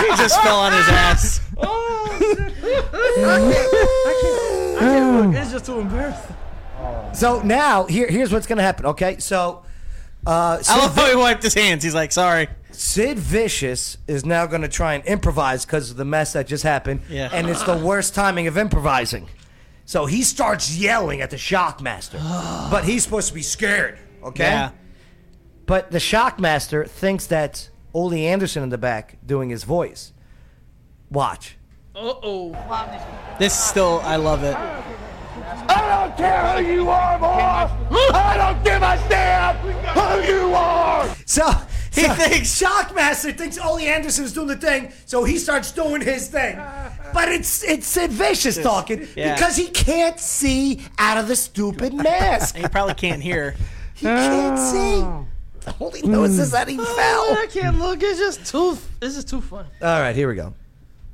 Speaker 4: he just fell on his ass.
Speaker 3: I can't look. It's just too embarrassing.
Speaker 1: So now here here's what's gonna happen. Okay, so uh, Sid,
Speaker 4: I love how he wiped his hands. He's like, sorry.
Speaker 1: Sid Vicious is now gonna try and improvise because of the mess that just happened.
Speaker 4: Yeah.
Speaker 1: and it's the worst timing of improvising. So he starts yelling at the Shockmaster, but he's supposed to be scared. Okay.
Speaker 4: Yeah.
Speaker 1: But the Shockmaster thinks that's Ole Anderson in the back doing his voice. Watch.
Speaker 4: Uh oh. This is still, I love it.
Speaker 14: I don't care who you are, boy. I don't give a damn who you are.
Speaker 1: So he thinks Shockmaster thinks Ole Anderson's doing the thing, so he starts doing his thing. But it's it's Sid Vicious talking
Speaker 4: Yeah.
Speaker 1: because he can't see out of the stupid mask.
Speaker 4: he probably can't hear.
Speaker 1: He can't see. Oh. All he knows is that he fell.
Speaker 3: Hmm. Oh, I can't look. It's just too. This is too funny.
Speaker 1: All right, here we go.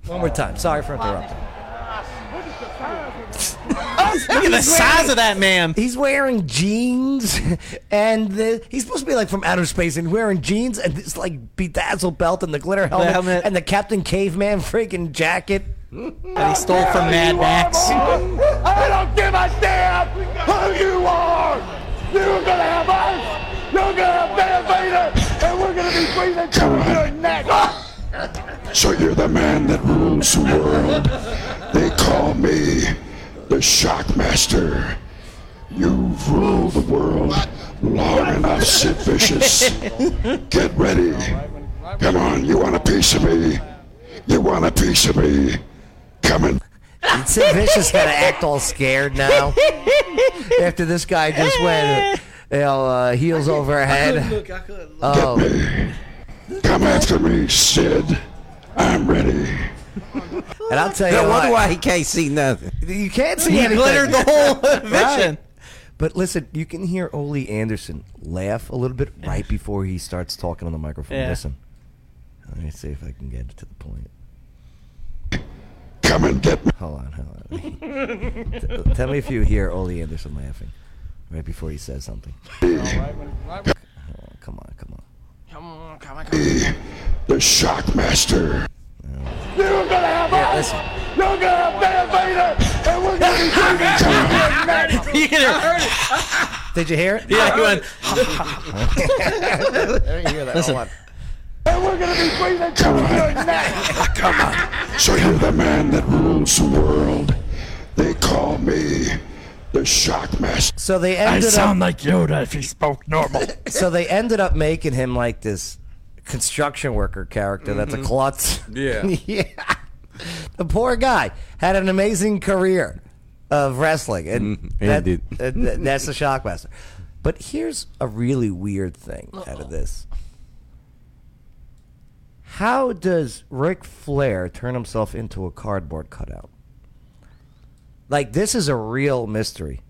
Speaker 1: One more time. Sorry for interrupting.
Speaker 4: Look at the size of that man.
Speaker 1: He's wearing jeans, and the, he's supposed to be like from outer space, and wearing jeans and this like bedazzled belt and the glitter helmet,
Speaker 4: helmet.
Speaker 1: and the Captain Caveman freaking jacket.
Speaker 4: That he stole from Mad Max.
Speaker 14: I don't give a damn who you are. You're gonna have us. You're gonna have Darth Vader, and we're gonna be breathing down your neck.
Speaker 17: So you're the man that rules the world. They call me the Shockmaster. You've ruled the world long enough, Sid Vicious. Get ready. Come on, you want a piece of me? You want a piece of me? Come and
Speaker 1: And Sid Vicious gotta act all scared now. After this guy just went, you know, uh, heels over head.
Speaker 3: Look, I could.
Speaker 1: Oh,
Speaker 17: come after me, Sid. I'm ready.
Speaker 1: and I'll tell you
Speaker 5: No wonder
Speaker 1: what,
Speaker 5: why he can't see nothing.
Speaker 1: you can't see
Speaker 4: He
Speaker 1: anything.
Speaker 4: glittered the whole vision.
Speaker 1: Right. But listen, you can hear Ole Anderson laugh a little bit right before he starts talking on the microphone.
Speaker 4: Yeah.
Speaker 1: Listen, let me see if I can get it to the point.
Speaker 17: Come and get me.
Speaker 1: Hold on, hold on. T- Tell me if you hear Ole Anderson laughing right before he says something. Oh, come on, come on.
Speaker 17: The Shockmaster.
Speaker 14: You're gonna have us. You're gonna have Darth Vader, and we're gonna be breathing down your neck.
Speaker 4: You can hear-
Speaker 1: Did you hear it?
Speaker 4: Yeah, he went.
Speaker 1: didn't hear that. Listen.
Speaker 14: And we're gonna be breathing down your neck.
Speaker 17: Come on. So you're the man that rules the world. They call me the Shockmaster.
Speaker 1: So they ended up.
Speaker 17: like Yoda if he spoke normal.
Speaker 1: so they ended up making him like this construction worker character. That's a klutz.
Speaker 5: Yeah.
Speaker 1: yeah. The poor guy had an amazing career of wrestling, and that-
Speaker 5: Ended.
Speaker 1: uh, th- that's the shockmaster. But here's a really weird thing out of this. How does Ric Flair turn himself into a cardboard cutout? Like this is a real mystery.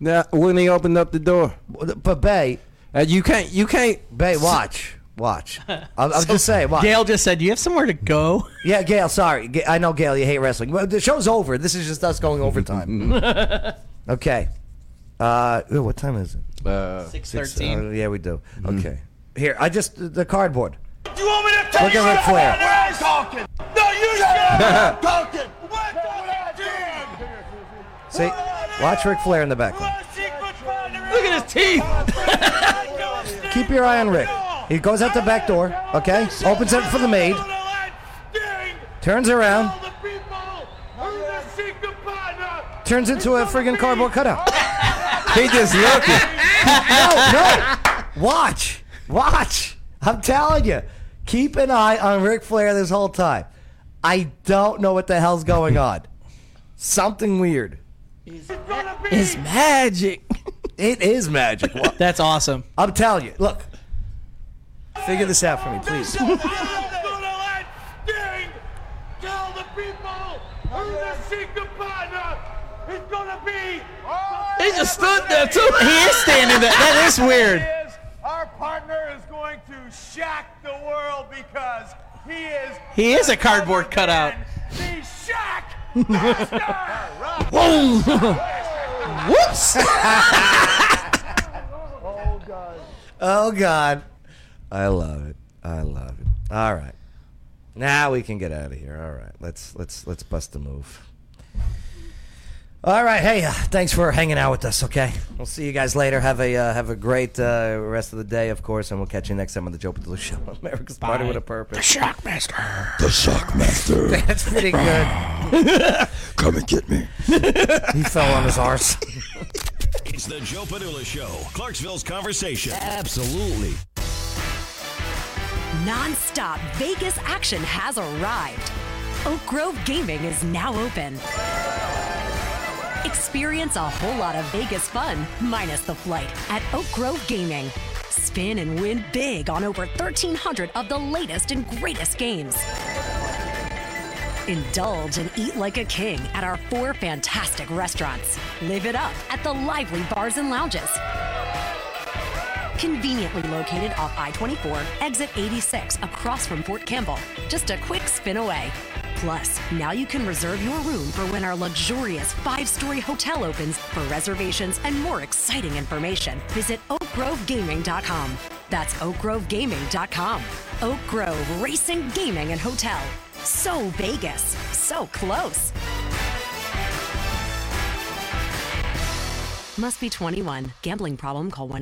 Speaker 5: Now, when he opened up the door,
Speaker 1: But Bay,
Speaker 5: uh, you can't, you can't.
Speaker 1: Bay, watch, watch. I'm, I'm just saying, watch.
Speaker 4: Gail just said, "Do you have somewhere to go?"
Speaker 1: Yeah, Gail. Sorry, Ga- I know Gail. You hate wrestling. Well, the show's over. This is just us going overtime. okay. Uh, ooh, what time is it?
Speaker 5: Uh, Mm-hmm.
Speaker 4: Six
Speaker 1: Uh,
Speaker 4: thirteen.
Speaker 1: yeah, we do. Okay. Here, I just the cardboard.
Speaker 14: Do you want me to tell
Speaker 1: Look
Speaker 14: you
Speaker 1: at Ric
Speaker 14: shut
Speaker 1: Flair.
Speaker 14: up when I'm talking? No, you shut up when I'm talking. What the heck, dude?
Speaker 1: See, watch Ric Flair in the background.
Speaker 14: Look at his teeth.
Speaker 1: Keep your eye on Rick. He goes out the back door. Okay, opens it for the maid. Turns around, turns into a friggin' cardboard cutout.
Speaker 5: he just looking.
Speaker 1: no, no. Watch. Watch. I'm telling you. Keep an eye on Ric Flair this whole time. I don't know what the hell's going on. Something weird.
Speaker 3: It's magic.
Speaker 1: It is magic. Well,
Speaker 4: That's awesome.
Speaker 1: I'm telling you. Look. Figure this out for me, please.
Speaker 14: Tell the people who the secret partner is gonna be.
Speaker 3: He just stood there too.
Speaker 4: He is standing there. That is weird.
Speaker 14: is our partner is going to shock the world because he is
Speaker 4: He is a cardboard cutout.
Speaker 14: the shock.
Speaker 3: Whoa. Whoops.
Speaker 1: Oh, God. I love it. I love it. All right. Now we can get out of here. All right. Let's let's let's bust a move. All right, hey, uh, thanks for hanging out with us. Okay, we'll see you guys later. Have a uh, have a great uh, rest of the day, of course, and we'll catch you next time on the Joe Padula Show. America's Party
Speaker 6: Bye.
Speaker 1: with a Purpose.
Speaker 6: The
Speaker 1: Shockmaster.
Speaker 8: The Shockmaster.
Speaker 1: That's pretty good.
Speaker 8: Come and get me.
Speaker 1: he fell on his arse.
Speaker 21: It's the Joe Padula Show, Clarksville's conversation. Absolutely.
Speaker 10: Non-stop Vegas action has arrived. Oak Grove Gaming is now open. Experience a whole lot of Vegas fun, minus the flight, at Oak Grove Gaming. Spin and win big on over 1,300 of the latest and greatest games. Indulge and eat like a king at our four fantastic restaurants. Live it up at the lively bars and lounges. Conveniently located off I 24, exit 86, across from Fort Campbell. Just a quick spin away. Plus, now you can reserve your room for when our luxurious five story hotel opens. For reservations and more exciting information, visit oakgrovegaming.com. That's oakgrovegaming.com. Oak Grove Racing, Gaming, and Hotel. So Vegas, so close. Must be 21. Gambling problem, call 1